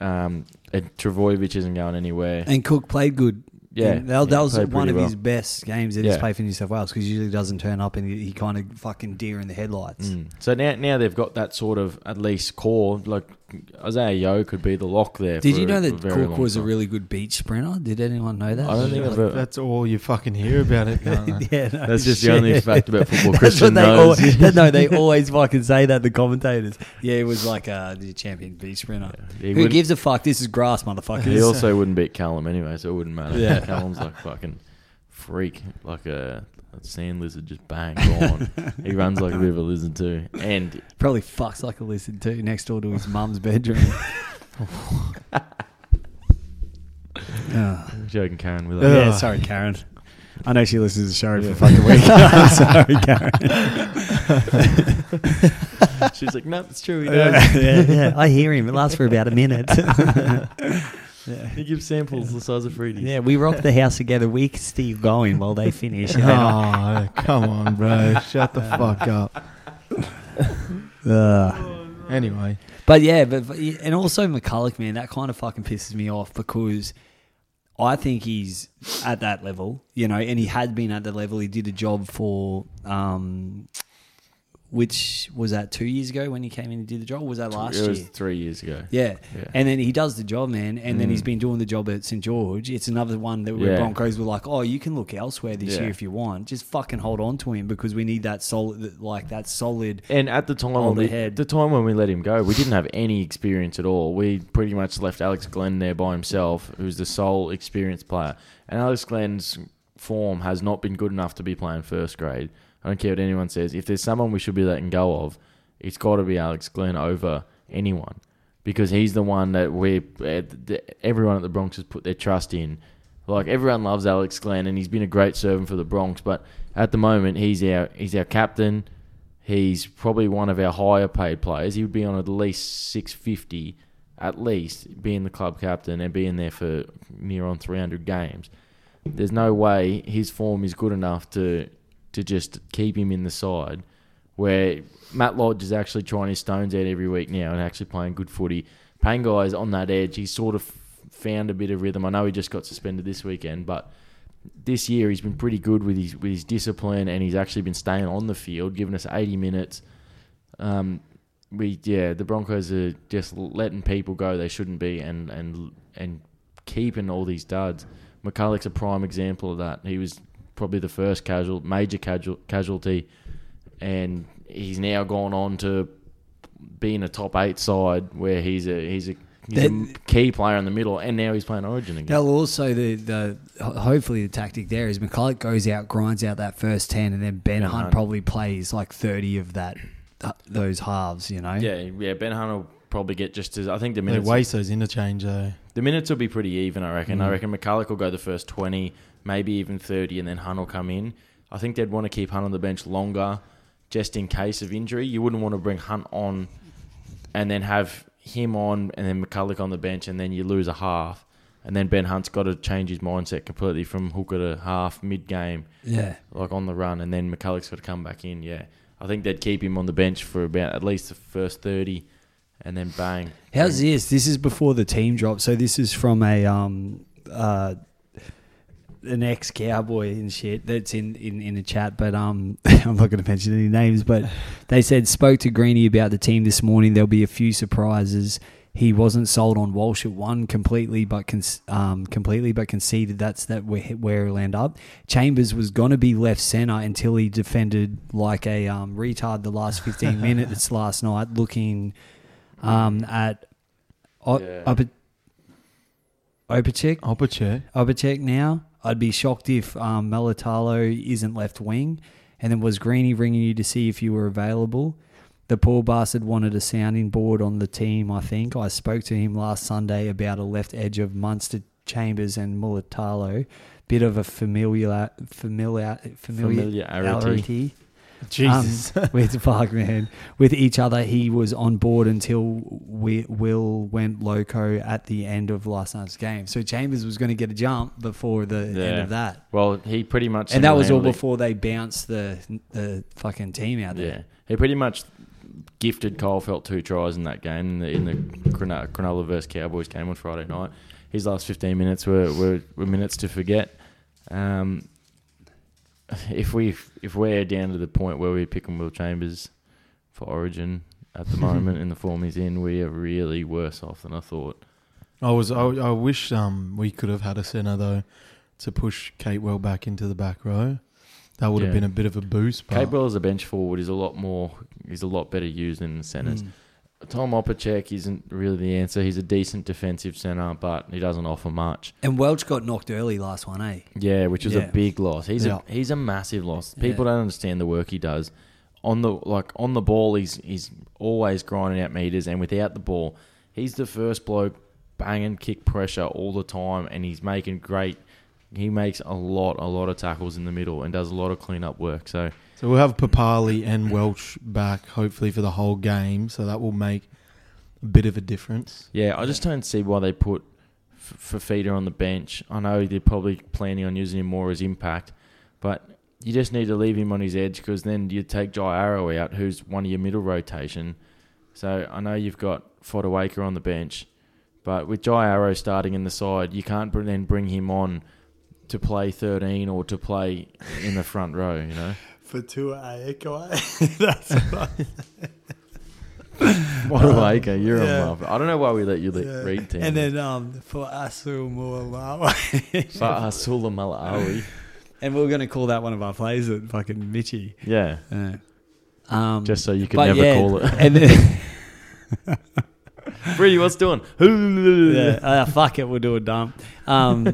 Um, and Travojevic isn't going anywhere. And Cook played good. Yeah, And that, that yeah, was played one pretty of well. his best games that he's Yeah. played for New South Wales because usually he doesn't turn up and he, he kind of fucking deer in the headlights. Mm. So now, now they've got that sort of at least core. Like Isaiah Yo could be the lock there. Did for you know a- a that very Cook long was a time. really good beach sprinter? Did anyone know that? I *laughs* don't think I've ever- That's all you fucking hear *laughs* about it. Gunnar. yeah, no That's just *laughs* the Oh, shit. only fact about football That's what Christian they knows. always- *laughs* that- no, they always fucking say that the commentators. Yeah, it was like uh, the champion beach sprinter. *laughs* He Who wouldn't- gives a fuck? This is grass, He motherfuckers. also wouldn't beat Callum anyway, so it wouldn't matter. Yeah. Callum's like fucking freak, like a, a sand lizard, just *laughs* bang gone. he runs like a bit of a lizard too, and Probably fucks like a lizard too, next door to his mum's *laughs* bedroom. *laughs* Ah. joking Karen with Ugh. us. Yeah, sorry, Karen. I know she listens to the show every fucking week. I'm *laughs* sorry, Karen. She's like, no, it's true. He yeah, does. yeah, I hear him. It lasts for about a *laughs* minute. He gives samples the size of Freddy's. yeah, we rock the house together. We still going while they *laughs* finish. *laughs* oh, come on, bro. *laughs* Shut the fuck up. Ugh. *laughs* Anyway, But yeah, but but- and also McCulloch, man, that kind of fucking pisses me off because I think he's at that level, you know, and he had been at the level. He did a job for, um, which was that two years ago when he came in and did the job? Was that last it was year? three years ago. Yeah. Yeah. Mm. and then he does the job, man, and then he's been doing the job at St George. It's another one that where Yeah. Broncos were like, "Oh, you can look elsewhere this Yeah. year if you want. Just fucking hold on to him because we need that solid, like that solid." And at the time, On when the we, head. the time when we let him go, we didn't have any experience at all. We pretty much left Alex Glenn there by himself, who's the sole experienced player. And Alex Glenn's form has not been good enough to be playing first grade. I don't care what anyone says. If there's someone we should be letting go of, it's got to be Alex Glenn over anyone because he's the one that we eh, th- everyone at the Bronx has put their trust in. Like everyone loves Alex Glenn, and he's been a great servant for the Bronx. But at the moment, he's our he's our captain. He's probably one of our higher paid players. He would be on at least six fifty, at least being the club captain and being there for near on three hundred games. There's no way his form is good enough to to just keep him in the side where Matt Lodge is actually trying his stones out every week now and actually playing good footy. Pangai is on that edge. He's sort of found a bit of rhythm. I know he just got suspended this weekend, but this year he's been pretty good with his with his discipline and he's actually been staying on the field, giving us 80 minutes. Um, we yeah, the Broncos are just letting people go they shouldn't be and and and keeping all these duds. McCulloch's a prime example of that. He was probably the first casual major casual, casualty and he's now gone on to being a top eight side where he's a he's a he's a That- key player in the middle and now he's playing Origin again. They'll also the the ho- hopefully the tactic there is McCulloch goes out, grinds out that first ten, and then Ben Hunt Hunt. probably plays like thirty of that th- those halves. You know, Yeah, yeah. Ben Hunt will probably get just as I think the they minutes waste those interchange though. the minutes will be pretty even. I reckon. I reckon McCulloch will go the first twenty, maybe even thirty, and then Hunt will come in. I think they'd want to keep Hunt on the bench longer, just in case of injury. You wouldn't want to bring Hunt on, and then have him on, and then McCulloch on the bench, and then you lose a half. And then Ben Hunt's got to change his mindset completely from hooker to half mid game yeah. like on the run, and then McCulloch's got to come back in. Yeah, I think they'd keep him on the bench for about at least the first thirty, and then bang. How's this? This is before the team drop, so this is from a um uh an ex cowboy and shit that's in, in in the chat, but um *laughs* I'm not going to mention any names, but they said spoke to Greeny about the team this morning. There'll be a few surprises. He wasn't sold on Walsh at one completely, but con- um, completely, but conceded that's that where, where he'll end up. Chambers was going to be left center until he defended like a um, retard the last 15 minutes last night, looking um, at O- Yeah. Opa- Opacek. Opacek. Opacek now. I'd be shocked if um, Melitalo isn't left wing. And then was Greeny ringing you to see if you were available? The poor bastard wanted a sounding board on the team, I think. I spoke to him last Sunday about a left edge of Munster, Chambers, and Mulatalo. Bit of a familiar, familiar, familiar Familiarity. familiarity. *laughs* Jesus. Um, *laughs* with fuck man, with each other, he was on board until we, Will went loco at the end of last night's game. So Chambers was going to get a jump before the end Yeah. of that, Well, he pretty much and that was all single-handedly- before they bounced the the fucking team out Yeah, there. he pretty much gifted Cole Felt two tries in that game in the, in the Granola, Granola versus Cowboys game on Friday night. His last 15 minutes were, were, were minutes to forget. Um, if we if we're down to the point where we're picking Will Chambers for Origin at *laughs* the moment in the form he's in, we are really worse off than I thought. Um, I was. I, I wish um we could have had a centre though to push Catewell back into the back row. That would Yeah. have been a bit of a boost. Oh. But Capewell as a bench forward is a lot more is a lot better used in the centres. Mm. Tom Opacek isn't really the answer. He's a decent defensive centre, but he doesn't offer much. And Welch got knocked early last one, eh? Yeah, which is Yeah. a big loss. He's Yeah. a he's a massive loss. People Yeah. don't understand the work he does. On the like on the ball, he's he's always grinding out meters, and without the ball, he's the first bloke banging kick pressure all the time, and he's making great. He makes a lot a lot of tackles in the middle and does a lot of cleanup work. So so we'll have Papali and Welch back hopefully for the whole game. So that will make a bit of a difference. yeah, I just don't see why they put F- Fafita on the bench. I know they're probably planning on using him more as impact, but you just need to leave him on his edge because then you take Jai Arrow out, who's one of your middle rotation. So I know you've got Fodawaker on the bench, but with Jai Arrow starting in the side, you can't br- then bring him on to play 13 or to play in the front row, you *laughs* know? For two, I echo. eh? *laughs* Fodawaker, you're yeah. a marvel. I don't know why we let you le- Yeah. read things. And then um, for Asu Mualau. Fa'asula uh, *laughs* Malawi. *laughs* And we are going to call that one of our plays, that fucking Mitchy. Yeah. Yeah. Um, Just so you could but never yeah, call it. And *laughs* then, *laughs* Brady, what's doing? yeah, *laughs* uh, fuck it, we'll do a dump. *laughs* Um,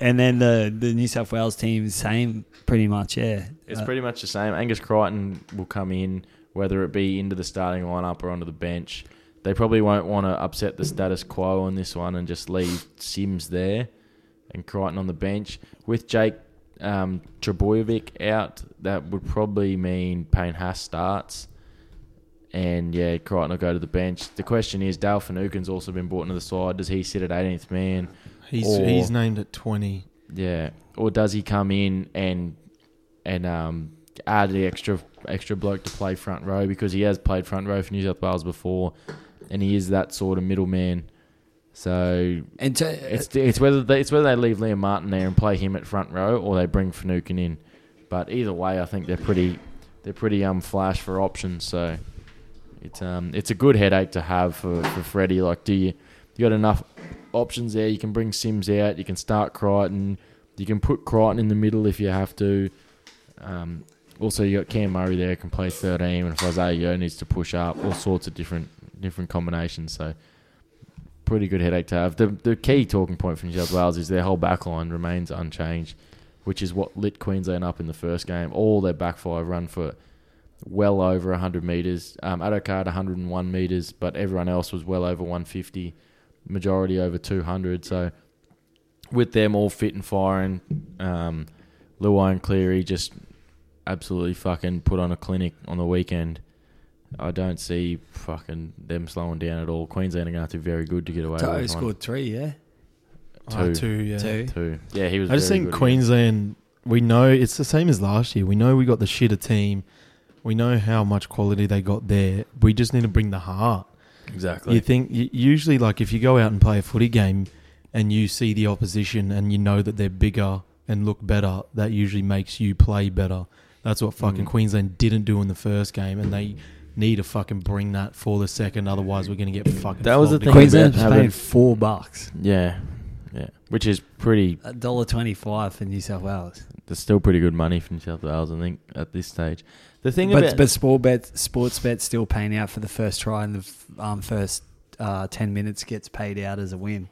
and then the, the New South Wales team, same pretty much, yeah. It's Uh, pretty much the same. Angus Crichton will come in, whether it be into the starting lineup or onto the bench. They probably won't want to upset the status quo on this one and just leave Sims there and Crichton on the bench. With Jake um, Trebojevic out, that would probably mean Payne Haas starts. And yeah, Crichton will go to the bench. The question is, Dale Finucane's also been brought into the side. Does he sit at 18th man? He's Or- he's named at twenty. Yeah. Or does he come in and and um, add the extra extra bloke to play front row because he has played front row for New South Wales before, and he is that sort of middleman. So and to, it's it's whether they, it's whether they leave Liam Martin there and play him at front row or they bring Finucane in. But either way, I think they're pretty they're pretty um flash for options. So it's um it's a good headache to have for for Freddie. Like, do you you got enough options there? You can bring Sims out. You can start Crichton. You can put Crichton in the middle if you have to. Um, also, you got Cam Murray there can play 13, and Fazio needs to push up. All sorts of different different combinations. So pretty good headache to have. The the key talking point for New South Wales is their whole back line remains unchanged, which is what lit Queensland up in the first game. All their back five run for well over 100 metres. Um, Adokar 101 metres, but everyone else was well over 150, majority over 200. So with them all fit and firing, um, Luai and Cleary just absolutely fucking put on a clinic on the weekend. I don't see fucking them slowing down at all. Queensland are going to have to be very good to get away Toto with this one. scored three, yeah? Oh, Two. two, yeah. Two. Two. Yeah, he was. I just very think good. Queensland. We know it's the same as last year. We know we got the shitter team. We know how much quality they got there. We just need to bring the heart. Exactly. You think y- usually, like if you go out and play a footy game, and you see the opposition, and you know that they're bigger and look better, that usually makes you play better. That's what fucking Mm. Queensland didn't do in the first game, and they need to fucking bring that for the second. Otherwise, we're gonna get fucking. That was the thing flogged again. Queensland's about paying having- four bucks. Yeah, yeah. Which is pretty. A dollar twenty-five for New South Wales. That's still pretty good money for New South Wales, I think, at this stage. The thing but, about but sport bet, sports bet still paying out for the first try and the f- um, first uh, 10 minutes gets paid out as a win.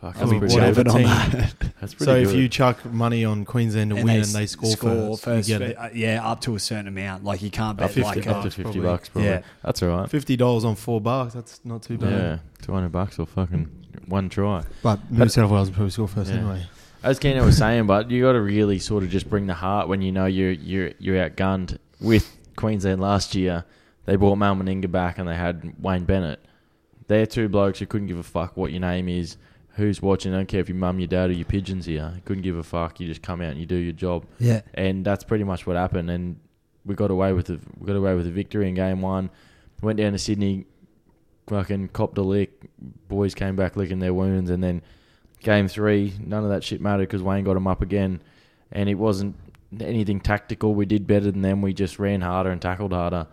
Fuck, I that's, mean, pretty whatever good. Jumping on team- *laughs* that. that's pretty So good. if you chuck money on Queensland to win and s- they score, first, you get it. uh, yeah, up to a certain amount. Like you can't Uh, bet 50, like up to a, bucks, fifty probably. bucks, probably. Yeah. That's all right. Fifty dollars on four bucks. That's not too bad. Yeah, two hundred bucks or fucking one try. But New But- South Wales will probably score first Yeah. anyway. As Keno was saying, but you got to really sort of just bring the heart when you know you're you're you're outgunned with Queensland last year, they brought Mal Meninga back and they had Wayne Bennett. They're two blokes who couldn't give a fuck what your name is, who's watching. Don't care if your mum, your dad, or your pigeons here. Couldn't give a fuck. You just come out and you do your job, Yeah. and that's pretty much what happened. And we got away with the we got away with a victory in game one. Went down to Sydney, fucking copped a lick. Boys came back licking their wounds, and then game three, none of that shit mattered because Wayne got him up again, and it wasn't anything tactical. We did better than them. We just ran harder and tackled harder,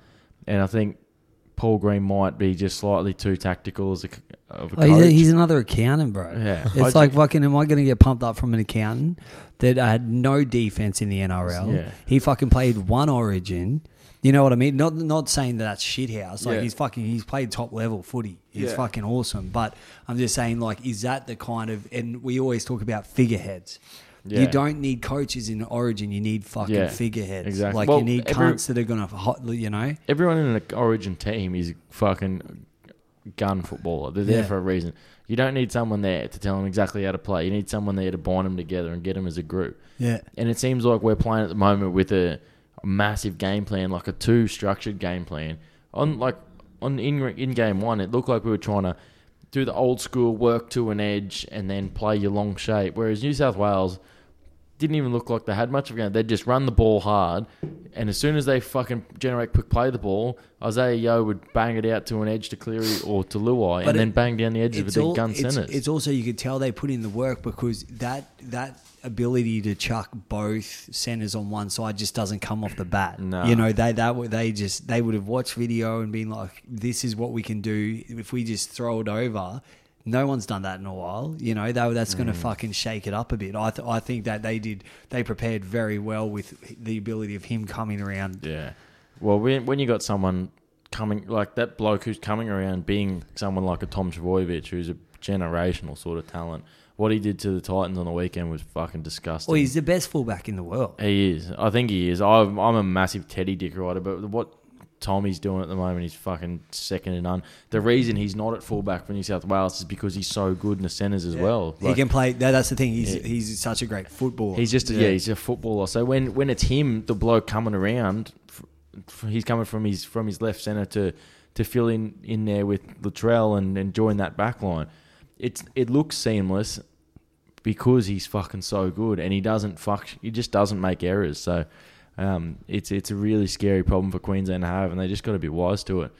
and I think Paul Green might be just slightly too tactical as a, c- of a Oh, he's, coach. a, he's another accountant, bro. Yeah. It's I like ju- fucking. Am I going to get pumped up from an accountant that had no defense in the NRL? Yeah. He fucking played one Origin. You know what I mean? Not not saying that that's shit house. Like Yeah. he's fucking. He's played top level footy. He's Yeah. fucking awesome. But I'm just saying, like, is that the kind of? And we always talk about figureheads. Yeah. You don't need coaches in Origin. You need fucking Yeah. figureheads. Exactly. Like Well, you need every- cunts that are gonna, hot, you know. everyone in an Origin team is fucking gun footballer. They're there Yeah. for a reason. You don't need someone there to tell them exactly how to play. You need someone there to bind them together and get them as a group. Yeah. And it seems like we're playing at the moment with a massive game plan, like a two structured game plan. On like on in in game one, it looked like we were trying to do the old school work to an edge and then play your long shape. Whereas New South Wales didn't even look like they had much of a game. They'd just run the ball hard, and as soon as they fucking generate quick play of the ball, Isaiah Yo would bang it out to an edge to Cleary or to Luai, But and it- then bang down the edges with it's, the all- gun it's, centers. it's also you could tell they put in the work because that that ability to chuck both centers on one side just doesn't come off the bat. No. You know they that were- they just they would have watched video and been like, this is what we can do if we just throw it over. No one's done that in a while, you know. Though that's Mm. going to fucking shake it up a bit. I th- I think that they did. They prepared very well with the ability of him coming around. Yeah. Well, when, when you got someone coming like that bloke who's coming around being someone like a Tom Trbojevic, who's a generational sort of talent, what he did to the Titans on the weekend was fucking disgusting. Well, he's the best fullback in the world. he is. I think he is. I'm, I'm a massive Teddy Dick rider, but what Tommy's doing at the moment, he's fucking second to none. The reason he's not at fullback for New South Wales is because he's so good in the centres as well. he Like, can play. That, that's the thing. He's Yeah. he's such a great footballer. He's just a, yeah. he's a footballer. So when when it's him, the bloke coming around, f- f- he's coming from his from his left center to to fill in in there with Latrell and and join that back line. It's it looks seamless because he's fucking so good and he doesn't fuck. He just doesn't make errors. So. Um, it's it's a really scary problem for Queensland to have, and they just got to be wise to it.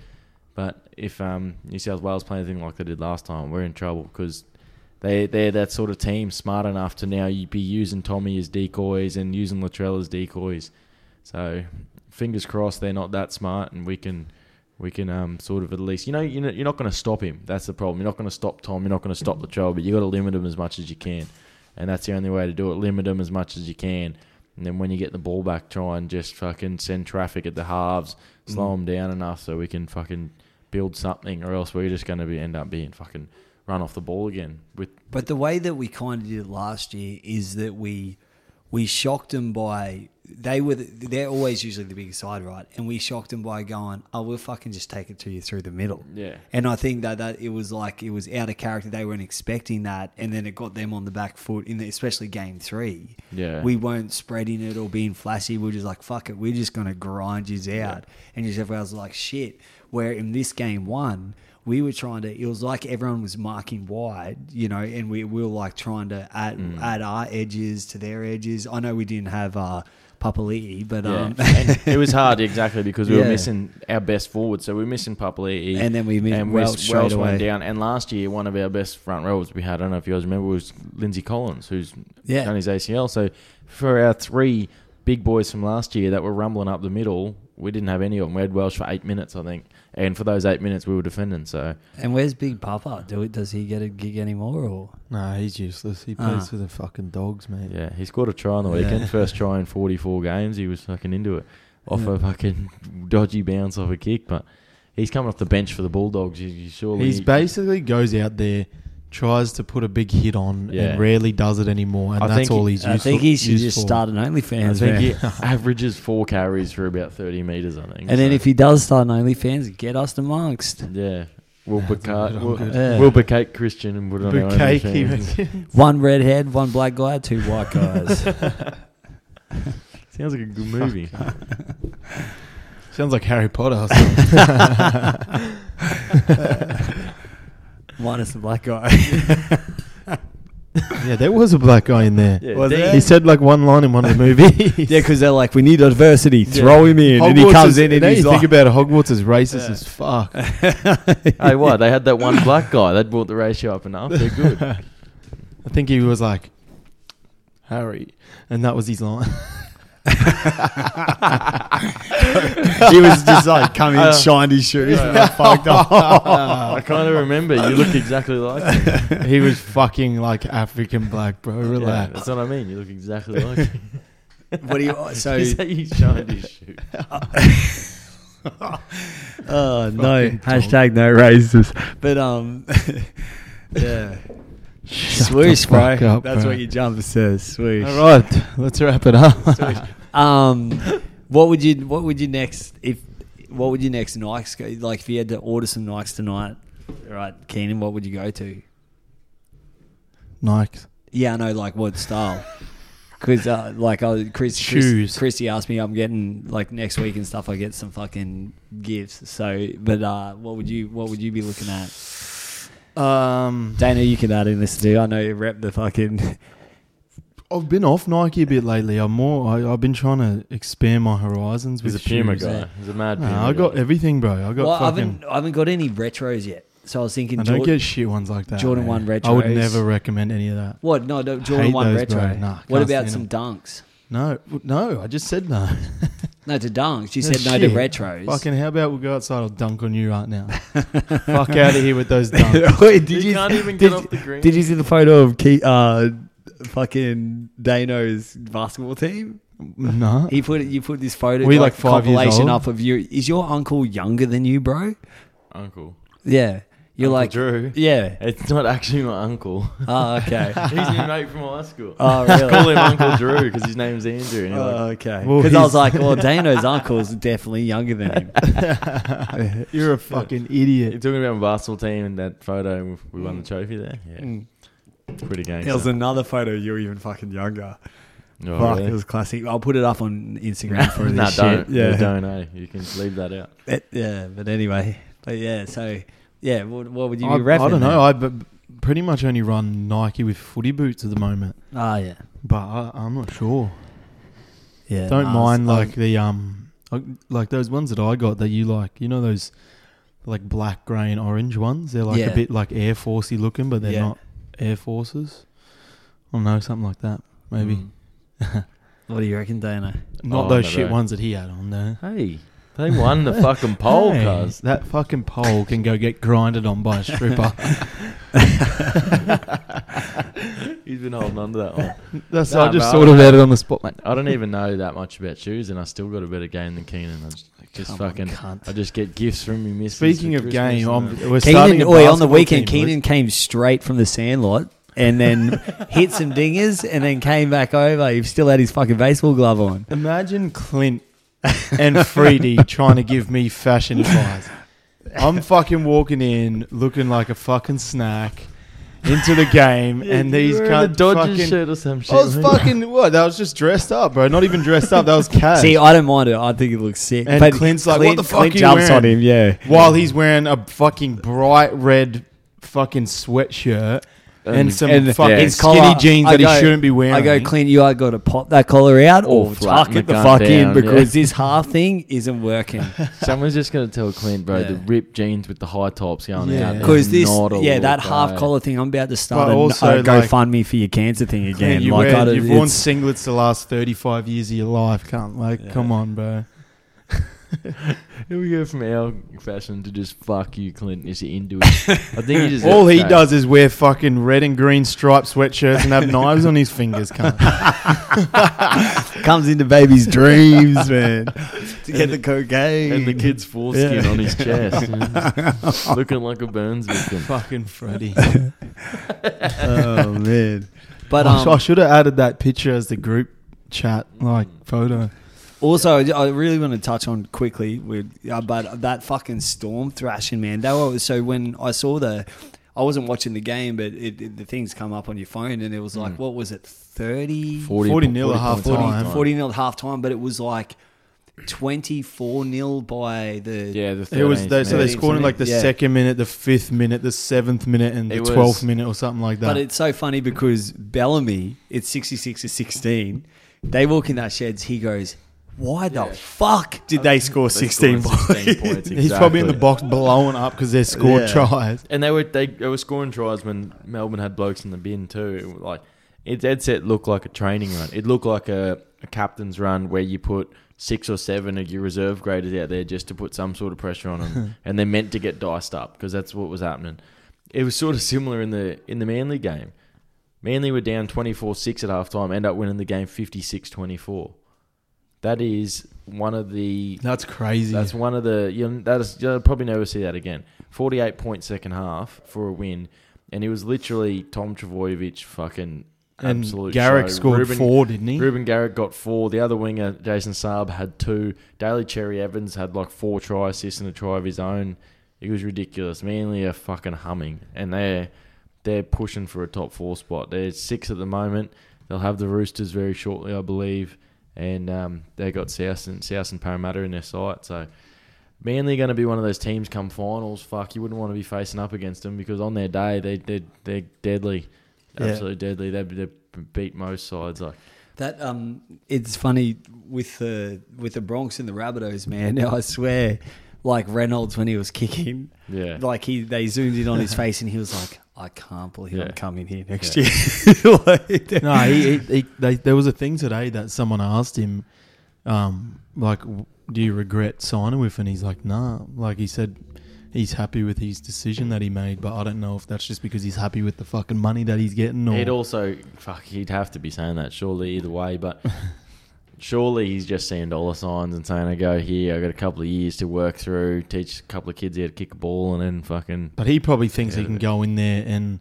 But if um, New South Wales play anything like they did last time, we're in trouble because they they're that sort of team smart enough to now you be using Tommy as decoys and using Latrell as decoys. So fingers crossed they're not that smart and we can we can um, sort of at least you know you're not, you're not going to stop him. That's the problem. You're not going to stop Tom. You're not going to stop Latrell, but you got to limit him as much as you can, and that's the only way to do it. Limit him as much as you can. And then when you get the ball back, try and just fucking send traffic at the halves, slow them down enough so we can fucking build something, or else we're just going to be end up being fucking run off the ball again with But the way that we kind of did it last year is that we we shocked them by they were the, they're always usually the big side, right? And we shocked them by going, "Oh, we'll fucking just take it to you through the middle." Yeah. And I think that that it was like it was out of character. They weren't expecting that, and then it got them on the back foot in the, especially game three. Yeah. We weren't spreading it or being flashy. We are just like, "Fuck it, we're just gonna grind you out." And New South Wales was like, "Shit." Where in this game one we were trying to it was like everyone was marking wide you know and we, we were like trying to add Mm. add our edges to their edges i know we didn't have uh papali'i but *laughs* Yeah. um and it was hard exactly because we Yeah. were missing our best forward, so we were missing Papali'i, And then we missed and Welsh Welsh, straight Welsh away. went down. And last year, one of our best front rowers we had, I don't know if you guys remember, was Lindsay Collins, who's Yeah. done his ACL. So for our three big boys from last year that were rumbling up the middle, we didn't have any of them. We had Welsh for eight minutes, I think, and for those eight minutes, we were defending. So *laughs* and where's big papa do it does he get a gig anymore or Nah, he's useless. He plays Ah. for the fucking dogs, mate. yeah, he scored a try on the Yeah. weekend, first try in forty-four games. He was fucking into it off a fucking dodgy bounce off a kick, but. He's coming off the bench for the Bulldogs. You, you surely He's basically goes out there, tries to put a big hit on, Yeah. and rarely does it anymore. And I that's think- all he's i useful- think he should used just for. start an I onlyfans think man. he averages four carries for about 30 metres, I think. and then so- if he does start an onlyfans get us amongst Yeah. We'll good, becate, I'm we'll, good. Yeah. we'll becate Christian and put it on our Bouquet, he *laughs* OnlyFans. reckons. one redhead one black guy *laughs* two white guys Sounds like a good movie. Sounds like Harry Potter. or something. *laughs* Minus the black guy. yeah, there was a black guy in there. Yeah, Was Dean- there? He said like one line in one *laughs* of the movies. Yeah, because they're like, we need diversity. Throw him in, and he Hogwarts comes is- in and now he's you like, think about it, Hogwarts is racist as fuck. *laughs* Hey, what? They had that one black guy. That brought the ratio up enough. They're good. I think he was like Harry, and that was his line. *laughs* he was just like, come in, Uh, shined his shoes, and *laughs* I fucked up. I kind of remember. You looked exactly like him. *laughs* he was fucking like African black, bro. Yeah, Relax. that's what I mean. You look exactly *laughs* like him. *laughs* what do you? oh, So, He said you shined his shoe. *laughs* *laughs* oh no, Fucking hashtag no racist. But um, *laughs* yeah, *laughs* Shut swoosh, the bro. fuck up, That's bro. what your jumper says. Swoosh. All right, let's wrap it up. Um, *laughs* what would you? What would you next? If what would your next Nikes go? Like, if you had to order some Nikes tonight, right, Keenan? What would you go to? Nikes. Yeah, I know. Like what style? Because uh, like I, was- Chris, Chris, Shoes. Christy asked me, I'm getting like next week and stuff. I get some fucking gifts. So, but uh, what would you what would you be looking at? Um, Dana, you can add in this too. I know you rep the *laughs* fucking. I've been off Nike a bit lately. I'm more. I, I've been trying to expand my horizons with He's a Puma shoes. guy. eh? He's a mad Puma. Nah, I got guy. everything, bro. I got Well, I fucking. haven't I haven't got any retros yet. So I was thinking, I don't Jordan, get shit ones like that. Jordan man. 1 I would retros. never recommend any of that. what? No, no Jordan hate One those, retro. bro. Nah, what can't about stand some dunks? No, w- no. I just *laughs* said no. No, to dunks. You No said no to Oh, shit. retros. *laughs* Fucking, how about we go outside? I'll dunk on you right now. Fuck out of here with those dunks. *laughs* Wait, *laughs* He did you, can't even did, get off the green. Did you see the photo of Ke- uh, fucking Dano's basketball team? No, He put you put this photo We, like, like, five years compilation old? up of you. Is your uncle younger than you, bro? uncle. Yeah, you're Uncle like Drew. yeah. It's not actually my uncle. Oh, *laughs* okay. He's *laughs* my mate from high school. Oh, Call really? him Uncle Drew because his name's Andrew. And you're Oh, like, okay. Well, Because I he's- was like, *laughs* well, Dano's uncle's definitely younger than him. *laughs* you're a fucking you're idiot. talking about my basketball team and that photo. and We won the trophy there. Yeah, Mm. pretty Oh, game. There was another photo. You were even fucking younger. Fuck, it was classic. I'll put it up on Instagram *laughs* for this Oh, nah, shit. don't. Yeah. Yeah, don't. Eh? You can leave that out. It- yeah, but anyway, but yeah. So yeah, what, what would you I, I be repping? don't then? know. I b- pretty much only run Nike with footy boots at the moment, Ah, yeah, but I, I'm not sure. yeah. Don't nah, mind I'm- like the um, I- like those ones that I got that you like. You know those like black, grey, and orange ones. They're like Yeah. a bit like Air Forcey looking, but they're Yeah. not Air Forces. I don't know, something like that. Maybe Hmm. Mm. What do you reckon, Dana? not Oh, those no, shit no. ones that he had on there. Hey, they won the fucking poll, Hey, *laughs* cuz. *laughs* that fucking pole can go get grinded on by *laughs* a stripper. He's been holding on to that one. That's Nah, I just bro. sort of had it on the spot, mate. I don't even know that much about shoes, and I still got a better game than Keenan. I just, just Come on, fucking, cunt. I just get gifts from me. missus. Speaking for of Christmas game, and I'm, that. we're starting Keenan, a oi, on the basketball weekend, team, boys. Keenan came straight from the sandlot and *laughs* then hit some dingers and then came back over. He still had his fucking baseball glove on. Imagine Clint and Freedy trying to give me fashion advice. I'm fucking walking in looking like a fucking snack into the game, *laughs* and these You're in cunt a Dodgers fucking. shirt or some shit. I was weren't you? fucking what? That was just dressed up, bro. Not even dressed *laughs* up. That was cash. See, I don't mind it. I think it looks sick. And Clint's like, what the fuck you jumps wearing? on him, yeah. while he's wearing a fucking bright red fucking sweatshirt and, And- some and fucking his skinny collar, jeans I that go- he shouldn't be wearing. I go, Clint, you either got to pop that collar out or, Or tuck flatten it the the cunt fuck in down, because yeah. this half thing isn't *laughs* working. *laughs* Someone's just gonna tell Clint, bro, the Yeah. ripped jeans with the high tops going Yeah. out. is Because this, not a yeah, look, that half eh? collar thing, I'm about to start a But n- also, a like, GoFundMe for your cancer thing again. Clint, you like, I don't- have worn it's- singlets the last 35 years of your life, cunt. Like, come on, bro. Here we go from our fashion to just fuck you, Clint. Is he into it? I think *laughs* he just All he no. does is wear fucking red and green striped sweatshirts and *laughs* have knives on his fingers, *laughs* cunt. comes into baby's *laughs* dreams, man. to get the cocaine. *laughs* and the kid's foreskin Yeah. on his chest, looking like a Burns victim. fucking *laughs* Freddy. *laughs* oh man! Oh, But I, sh- I um, should have added that picture as the group chat, like, photo. also, I really want to touch on quickly. With, uh, but that fucking storm thrashing, man. That was so. When I saw the, I wasn't watching the game, but it, it, the things come up on your phone, and it was Hmm. like, what was it, 30, 40 nil at 40 half points. time. 40 nil at half time, but it was like 24 0 by the. Yeah, the It was 13th they, so they minute. scored in like the Yeah. second minute, the fifth minute, the seventh minute, and the It was- twelfth minute or something like that. But it's so funny because Bellamy, it's 66 to 16. They walk in that sheds. He goes, Why the fuck did they score Um, They 16 scored points? 16 points, He's probably in the exactly. box blowing up because they scored Yeah. tries. And they were they, they were scoring tries when Melbourne had blokes in the bin too. It was like it dead set looked like a training run. It looked like a, a captain's run where you put six or seven of your reserve graders out there just to put some sort of pressure on them, and they're meant to get diced up because that's what was happening. It was sort of similar in the in the Manly game. Manly were down 24-6 at halftime, end up winning the game 56-24. That is one of the That's crazy. that's one of the you'll, that is, you'll probably never see that again. Forty-eight point second half for a win, and it was literally Tom Travojevic fucking and absolute. Garrick show. scored Ruben- four, didn't he? Ruben Garrick got four. The other winger Jason Saab had two. Daly Cherry Evans had like four try assists and a try of his own. It was ridiculous. Manly are fucking humming, and they're they're pushing for a top four spot. They're six at the moment. They'll have the Roosters very shortly, I believe, and um, they got South and South and Parramatta in their sight. So Manly going to be one of those teams come finals. Fuck, you wouldn't want to be facing up against them because on their day they they they're deadly, Yeah. absolutely deadly. They they beat most sides like. *laughs* That um, it's funny with the with the Bronx and the Rabbitohs, man. *laughs* I swear, like Reynolds when he was kicking, Yeah. like he they zoomed in on *laughs* his face and he was like, "I can't believe Yeah. I'm coming here next Yeah. year." *laughs* Like, that- no, he, he, he, they, there was a thing today that someone asked him, um, like, w- do you regret signing with? And he's like, nah. Like he said, he's happy with his decision that he made, but I don't know if that's just because he's happy with the fucking money that he's getting. Or He'd also fuck. He'd have to be saying that surely either way, but surely he's just seeing dollar signs and saying, "I go here. I got a couple of years to work through, teach a couple of kids how to kick a ball, and then fucking." But he probably thinks Yeah, he can but- go in there and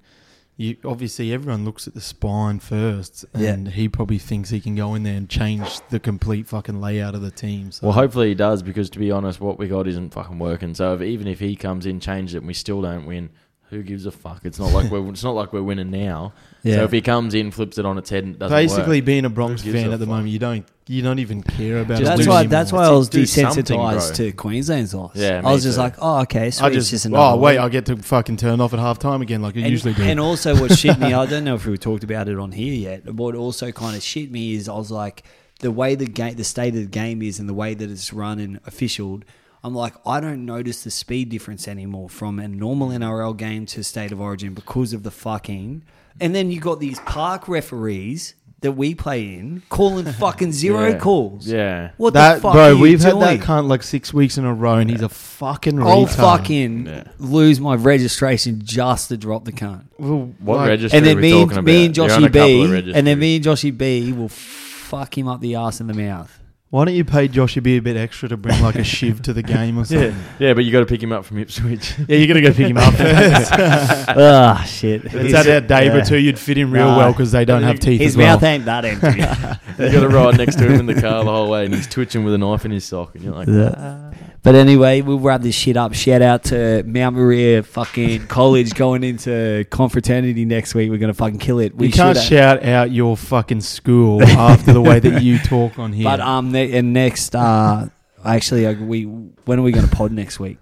you obviously everyone looks at the spine first Yeah. and he probably thinks he can go in there and change the complete fucking layout of the team. So Well, hopefully he does because to be honest, what we got isn't fucking working. So if, even if he comes in, changes it, and we still don't win, who gives a fuck? It's not *laughs* like we're it's not like we're winning now. Yeah. So if he comes in, flips it on its head, and it doesn't basically work. being a Bronx Who gives fan a at the fuck? moment, you don't you don't even care about Just it that's lose losing why. anymore. That's why I was Do something, desensitized bro. to Queensland's loss. Yeah, I was me just too. like, "Oh, okay, I sweet, it's just, just another oh wait, win." I get to fucking turn off at half time again like I and, usually do. And also, what shit *laughs* me, I don't know if we talked about it on here yet. but What also kind of shit me is I was like, the way the game, the state of the game is, and the way that it's run and officialed. I'm like, I don't notice the speed difference anymore from a normal NRL game to state of origin because of the fucking. And then you got these park referees that we play in *laughs* calling fucking zero Yeah. calls. Yeah. What that the fuck? bro, are you we've doing? had that cunt like six weeks in a row and he's a fucking retard. I'll Oh, fucking Yeah. lose my registration just to drop the cunt. Well, What like- registry and then are we me talking and, me and about? You're on Joshy a couple of B, and registries. then me and Joshy B will fuck him up the ass and the *laughs* mouth. Why don't you pay Josh a bit a bit extra to bring like a shiv *laughs* to the game or something? yeah, but you got to pick him up *laughs* from Ipswich. Yeah, you're gonna go pick him *laughs* up. Ah, shit. it's at our Dave or two. You'd fit in real Nah. well because they don't have teeth. His as well. mouth ain't that empty. *laughs* you got to ride next to him in the car the whole way, and he's twitching with a knife in his sock, and you're like, Yeah. But anyway, we'll wrap this shit up. Shout out to Mount Maria *laughs* fucking college going into confraternity next week. We're gonna fucking kill it. We you can't should- shout out your fucking *laughs* school after the way that you talk on here. But um, ne- and next uh, actually, uh, we when are we gonna pod next week?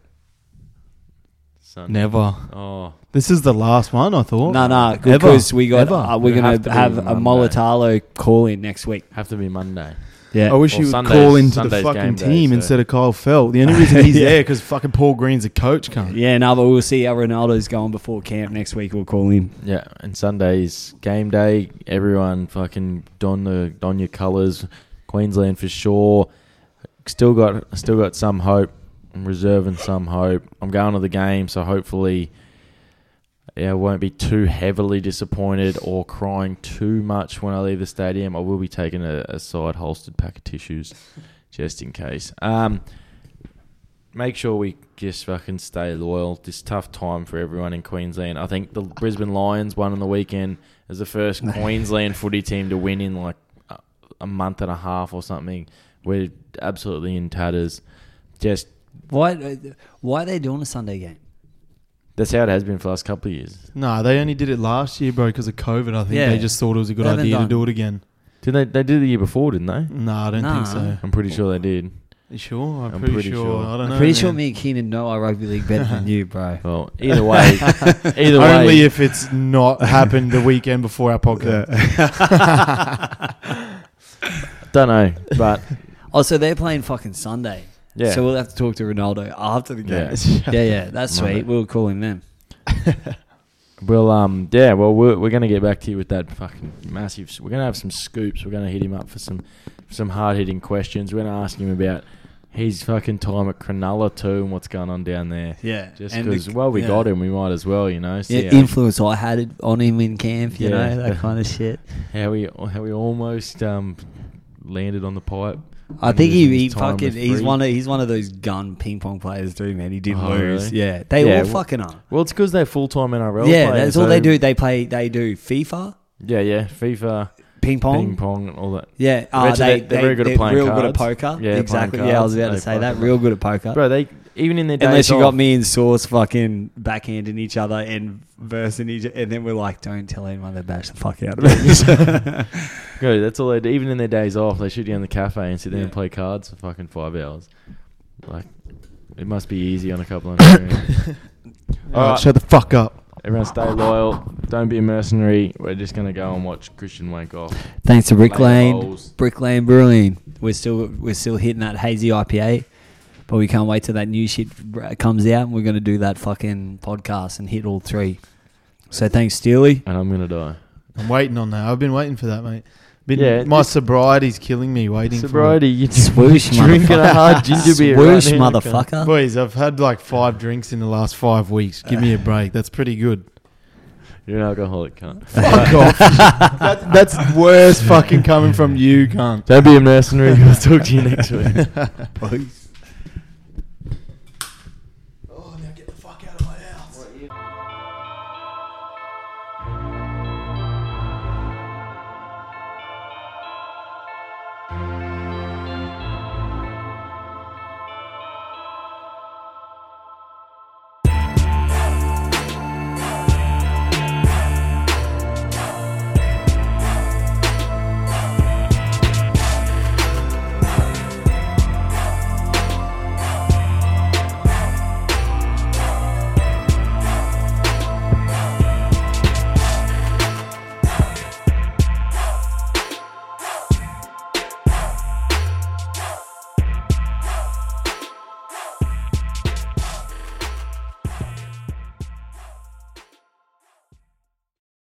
son. Never. Oh, This is the last one. I thought. No, no, Ever. because we got Ever. uh, we're It'll gonna have to be have, a Monday. Molotalo call in next week. have to be Monday. Yeah. I wish Well, you would Sunday's- call into Sunday's the fucking game day, team so- instead of Kyle *laughs* Felt. The only reason he's there because fucking Paul Green's a coach. Cunt. Yeah, no, but we'll see how Ronaldo's going before camp next week. We'll call him. Yeah, and Sunday's game day. Everyone fucking don the don your colours. Queensland for sure. Still got still got some hope. I'm reserving some hope. I'm going to the game, so hopefully, yeah, I won't be too heavily disappointed or crying too much when I leave the stadium. I will be taking a, a side holstered pack of tissues, just in case. Um, make sure we just fucking stay loyal. This tough time for everyone in Queensland. I think the Brisbane Lions won on the weekend as the first Queensland footy team to win in like a- a month and a half or something. We're absolutely in tatters. Just Why? uh, Why are they doing a Sunday game? that's how it has been for the last couple of years. No, they only did it last year, bro, because of COVID. I think Yeah. they just thought it was a good They haven't idea done- to do it again. Mm. Did they? They did it the year before, didn't they? No, I don't Nah. think so. I'm pretty sure they did. You sure? I'm, I'm pretty, pretty sure. sure. I don't I'm know. pretty sure man. *laughs* me and Keenan know our rugby league better than you, *laughs* bro. Well, either way, either way, Only if it's not happened the weekend before our podcast. don't know, but Oh, so they're playing fucking Sunday. yeah, So we'll have to talk to Ronaldo after the game. yeah. *laughs* Yeah, yeah, that's Monday. sweet. We'll call him then. Well, um, yeah. Well, we're, we're going to get back to you with that fucking massive. We're going to have some scoops. We're going to hit him up for some some hard hitting questions. We're going to ask him about his fucking time at Cronulla too and what's going on down there. Yeah. Just And the- because, well, we yeah. got him. We might as well, you know. Yeah, See how, influence I had on him in camp, you Yeah. know, that kind of *laughs* shit. how we how we almost um landed on the pipe. I when think was he, in his he time fucking with he's Free. one of he's one of those gun ping pong players too, man. He did Oh, not lose. really? Yeah, they Yeah, all well, fucking are. Well, it's because they're full time NRL. Yeah, players, that's all they so- do. They play they do FIFA, Yeah, yeah. FIFA, ping pong. ping pong, and all that. Yeah, I uh, bet you they, they- they're very good at they're playing real good at cards. poker. Yeah, playing exactly. Yeah, I was about cards, to they say that. fucking- Real good at poker. Bro, they even in their days Unless you off- got me and Source fucking backhanding each other and versing each and then we're like, don't tell anyone they bash the fuck out of me. *laughs* *laughs* Go. That's all they do. Even in their days off, they shoot you in the cafe and sit there and Yeah. play cards for fucking five hours. Like, it must be easy on a couple of. *laughs* Alright, All right, shut the fuck up. everyone stay loyal. Don't be a mercenary. We're just gonna go and watch Christian Wank off. Thanks to Brick Play Lane, bowls. Brick Lane Brewing. We're still we're still hitting that hazy IPA, but we can't wait till that new shit br- comes out. and We're gonna do that fucking podcast and hit all three. So thanks, Steely. And I'm gonna die. I'm waiting on that. I've been waiting for that, mate. Been, Yeah, my it's- sobriety's killing me waiting Sobriety, you *laughs* Swoosh, drinking a motherfucker. hard ginger beer. *laughs* Swoosh, right now. for it. motherfucker. Boys, I've had like five drinks in the last five weeks. Give me a break. That's pretty good. You're an alcoholic, cunt. Fuck off. *laughs* That, that's worse fucking coming from you, *laughs* cunt. Don't be a mercenary. We'll talk to you next week. Boys.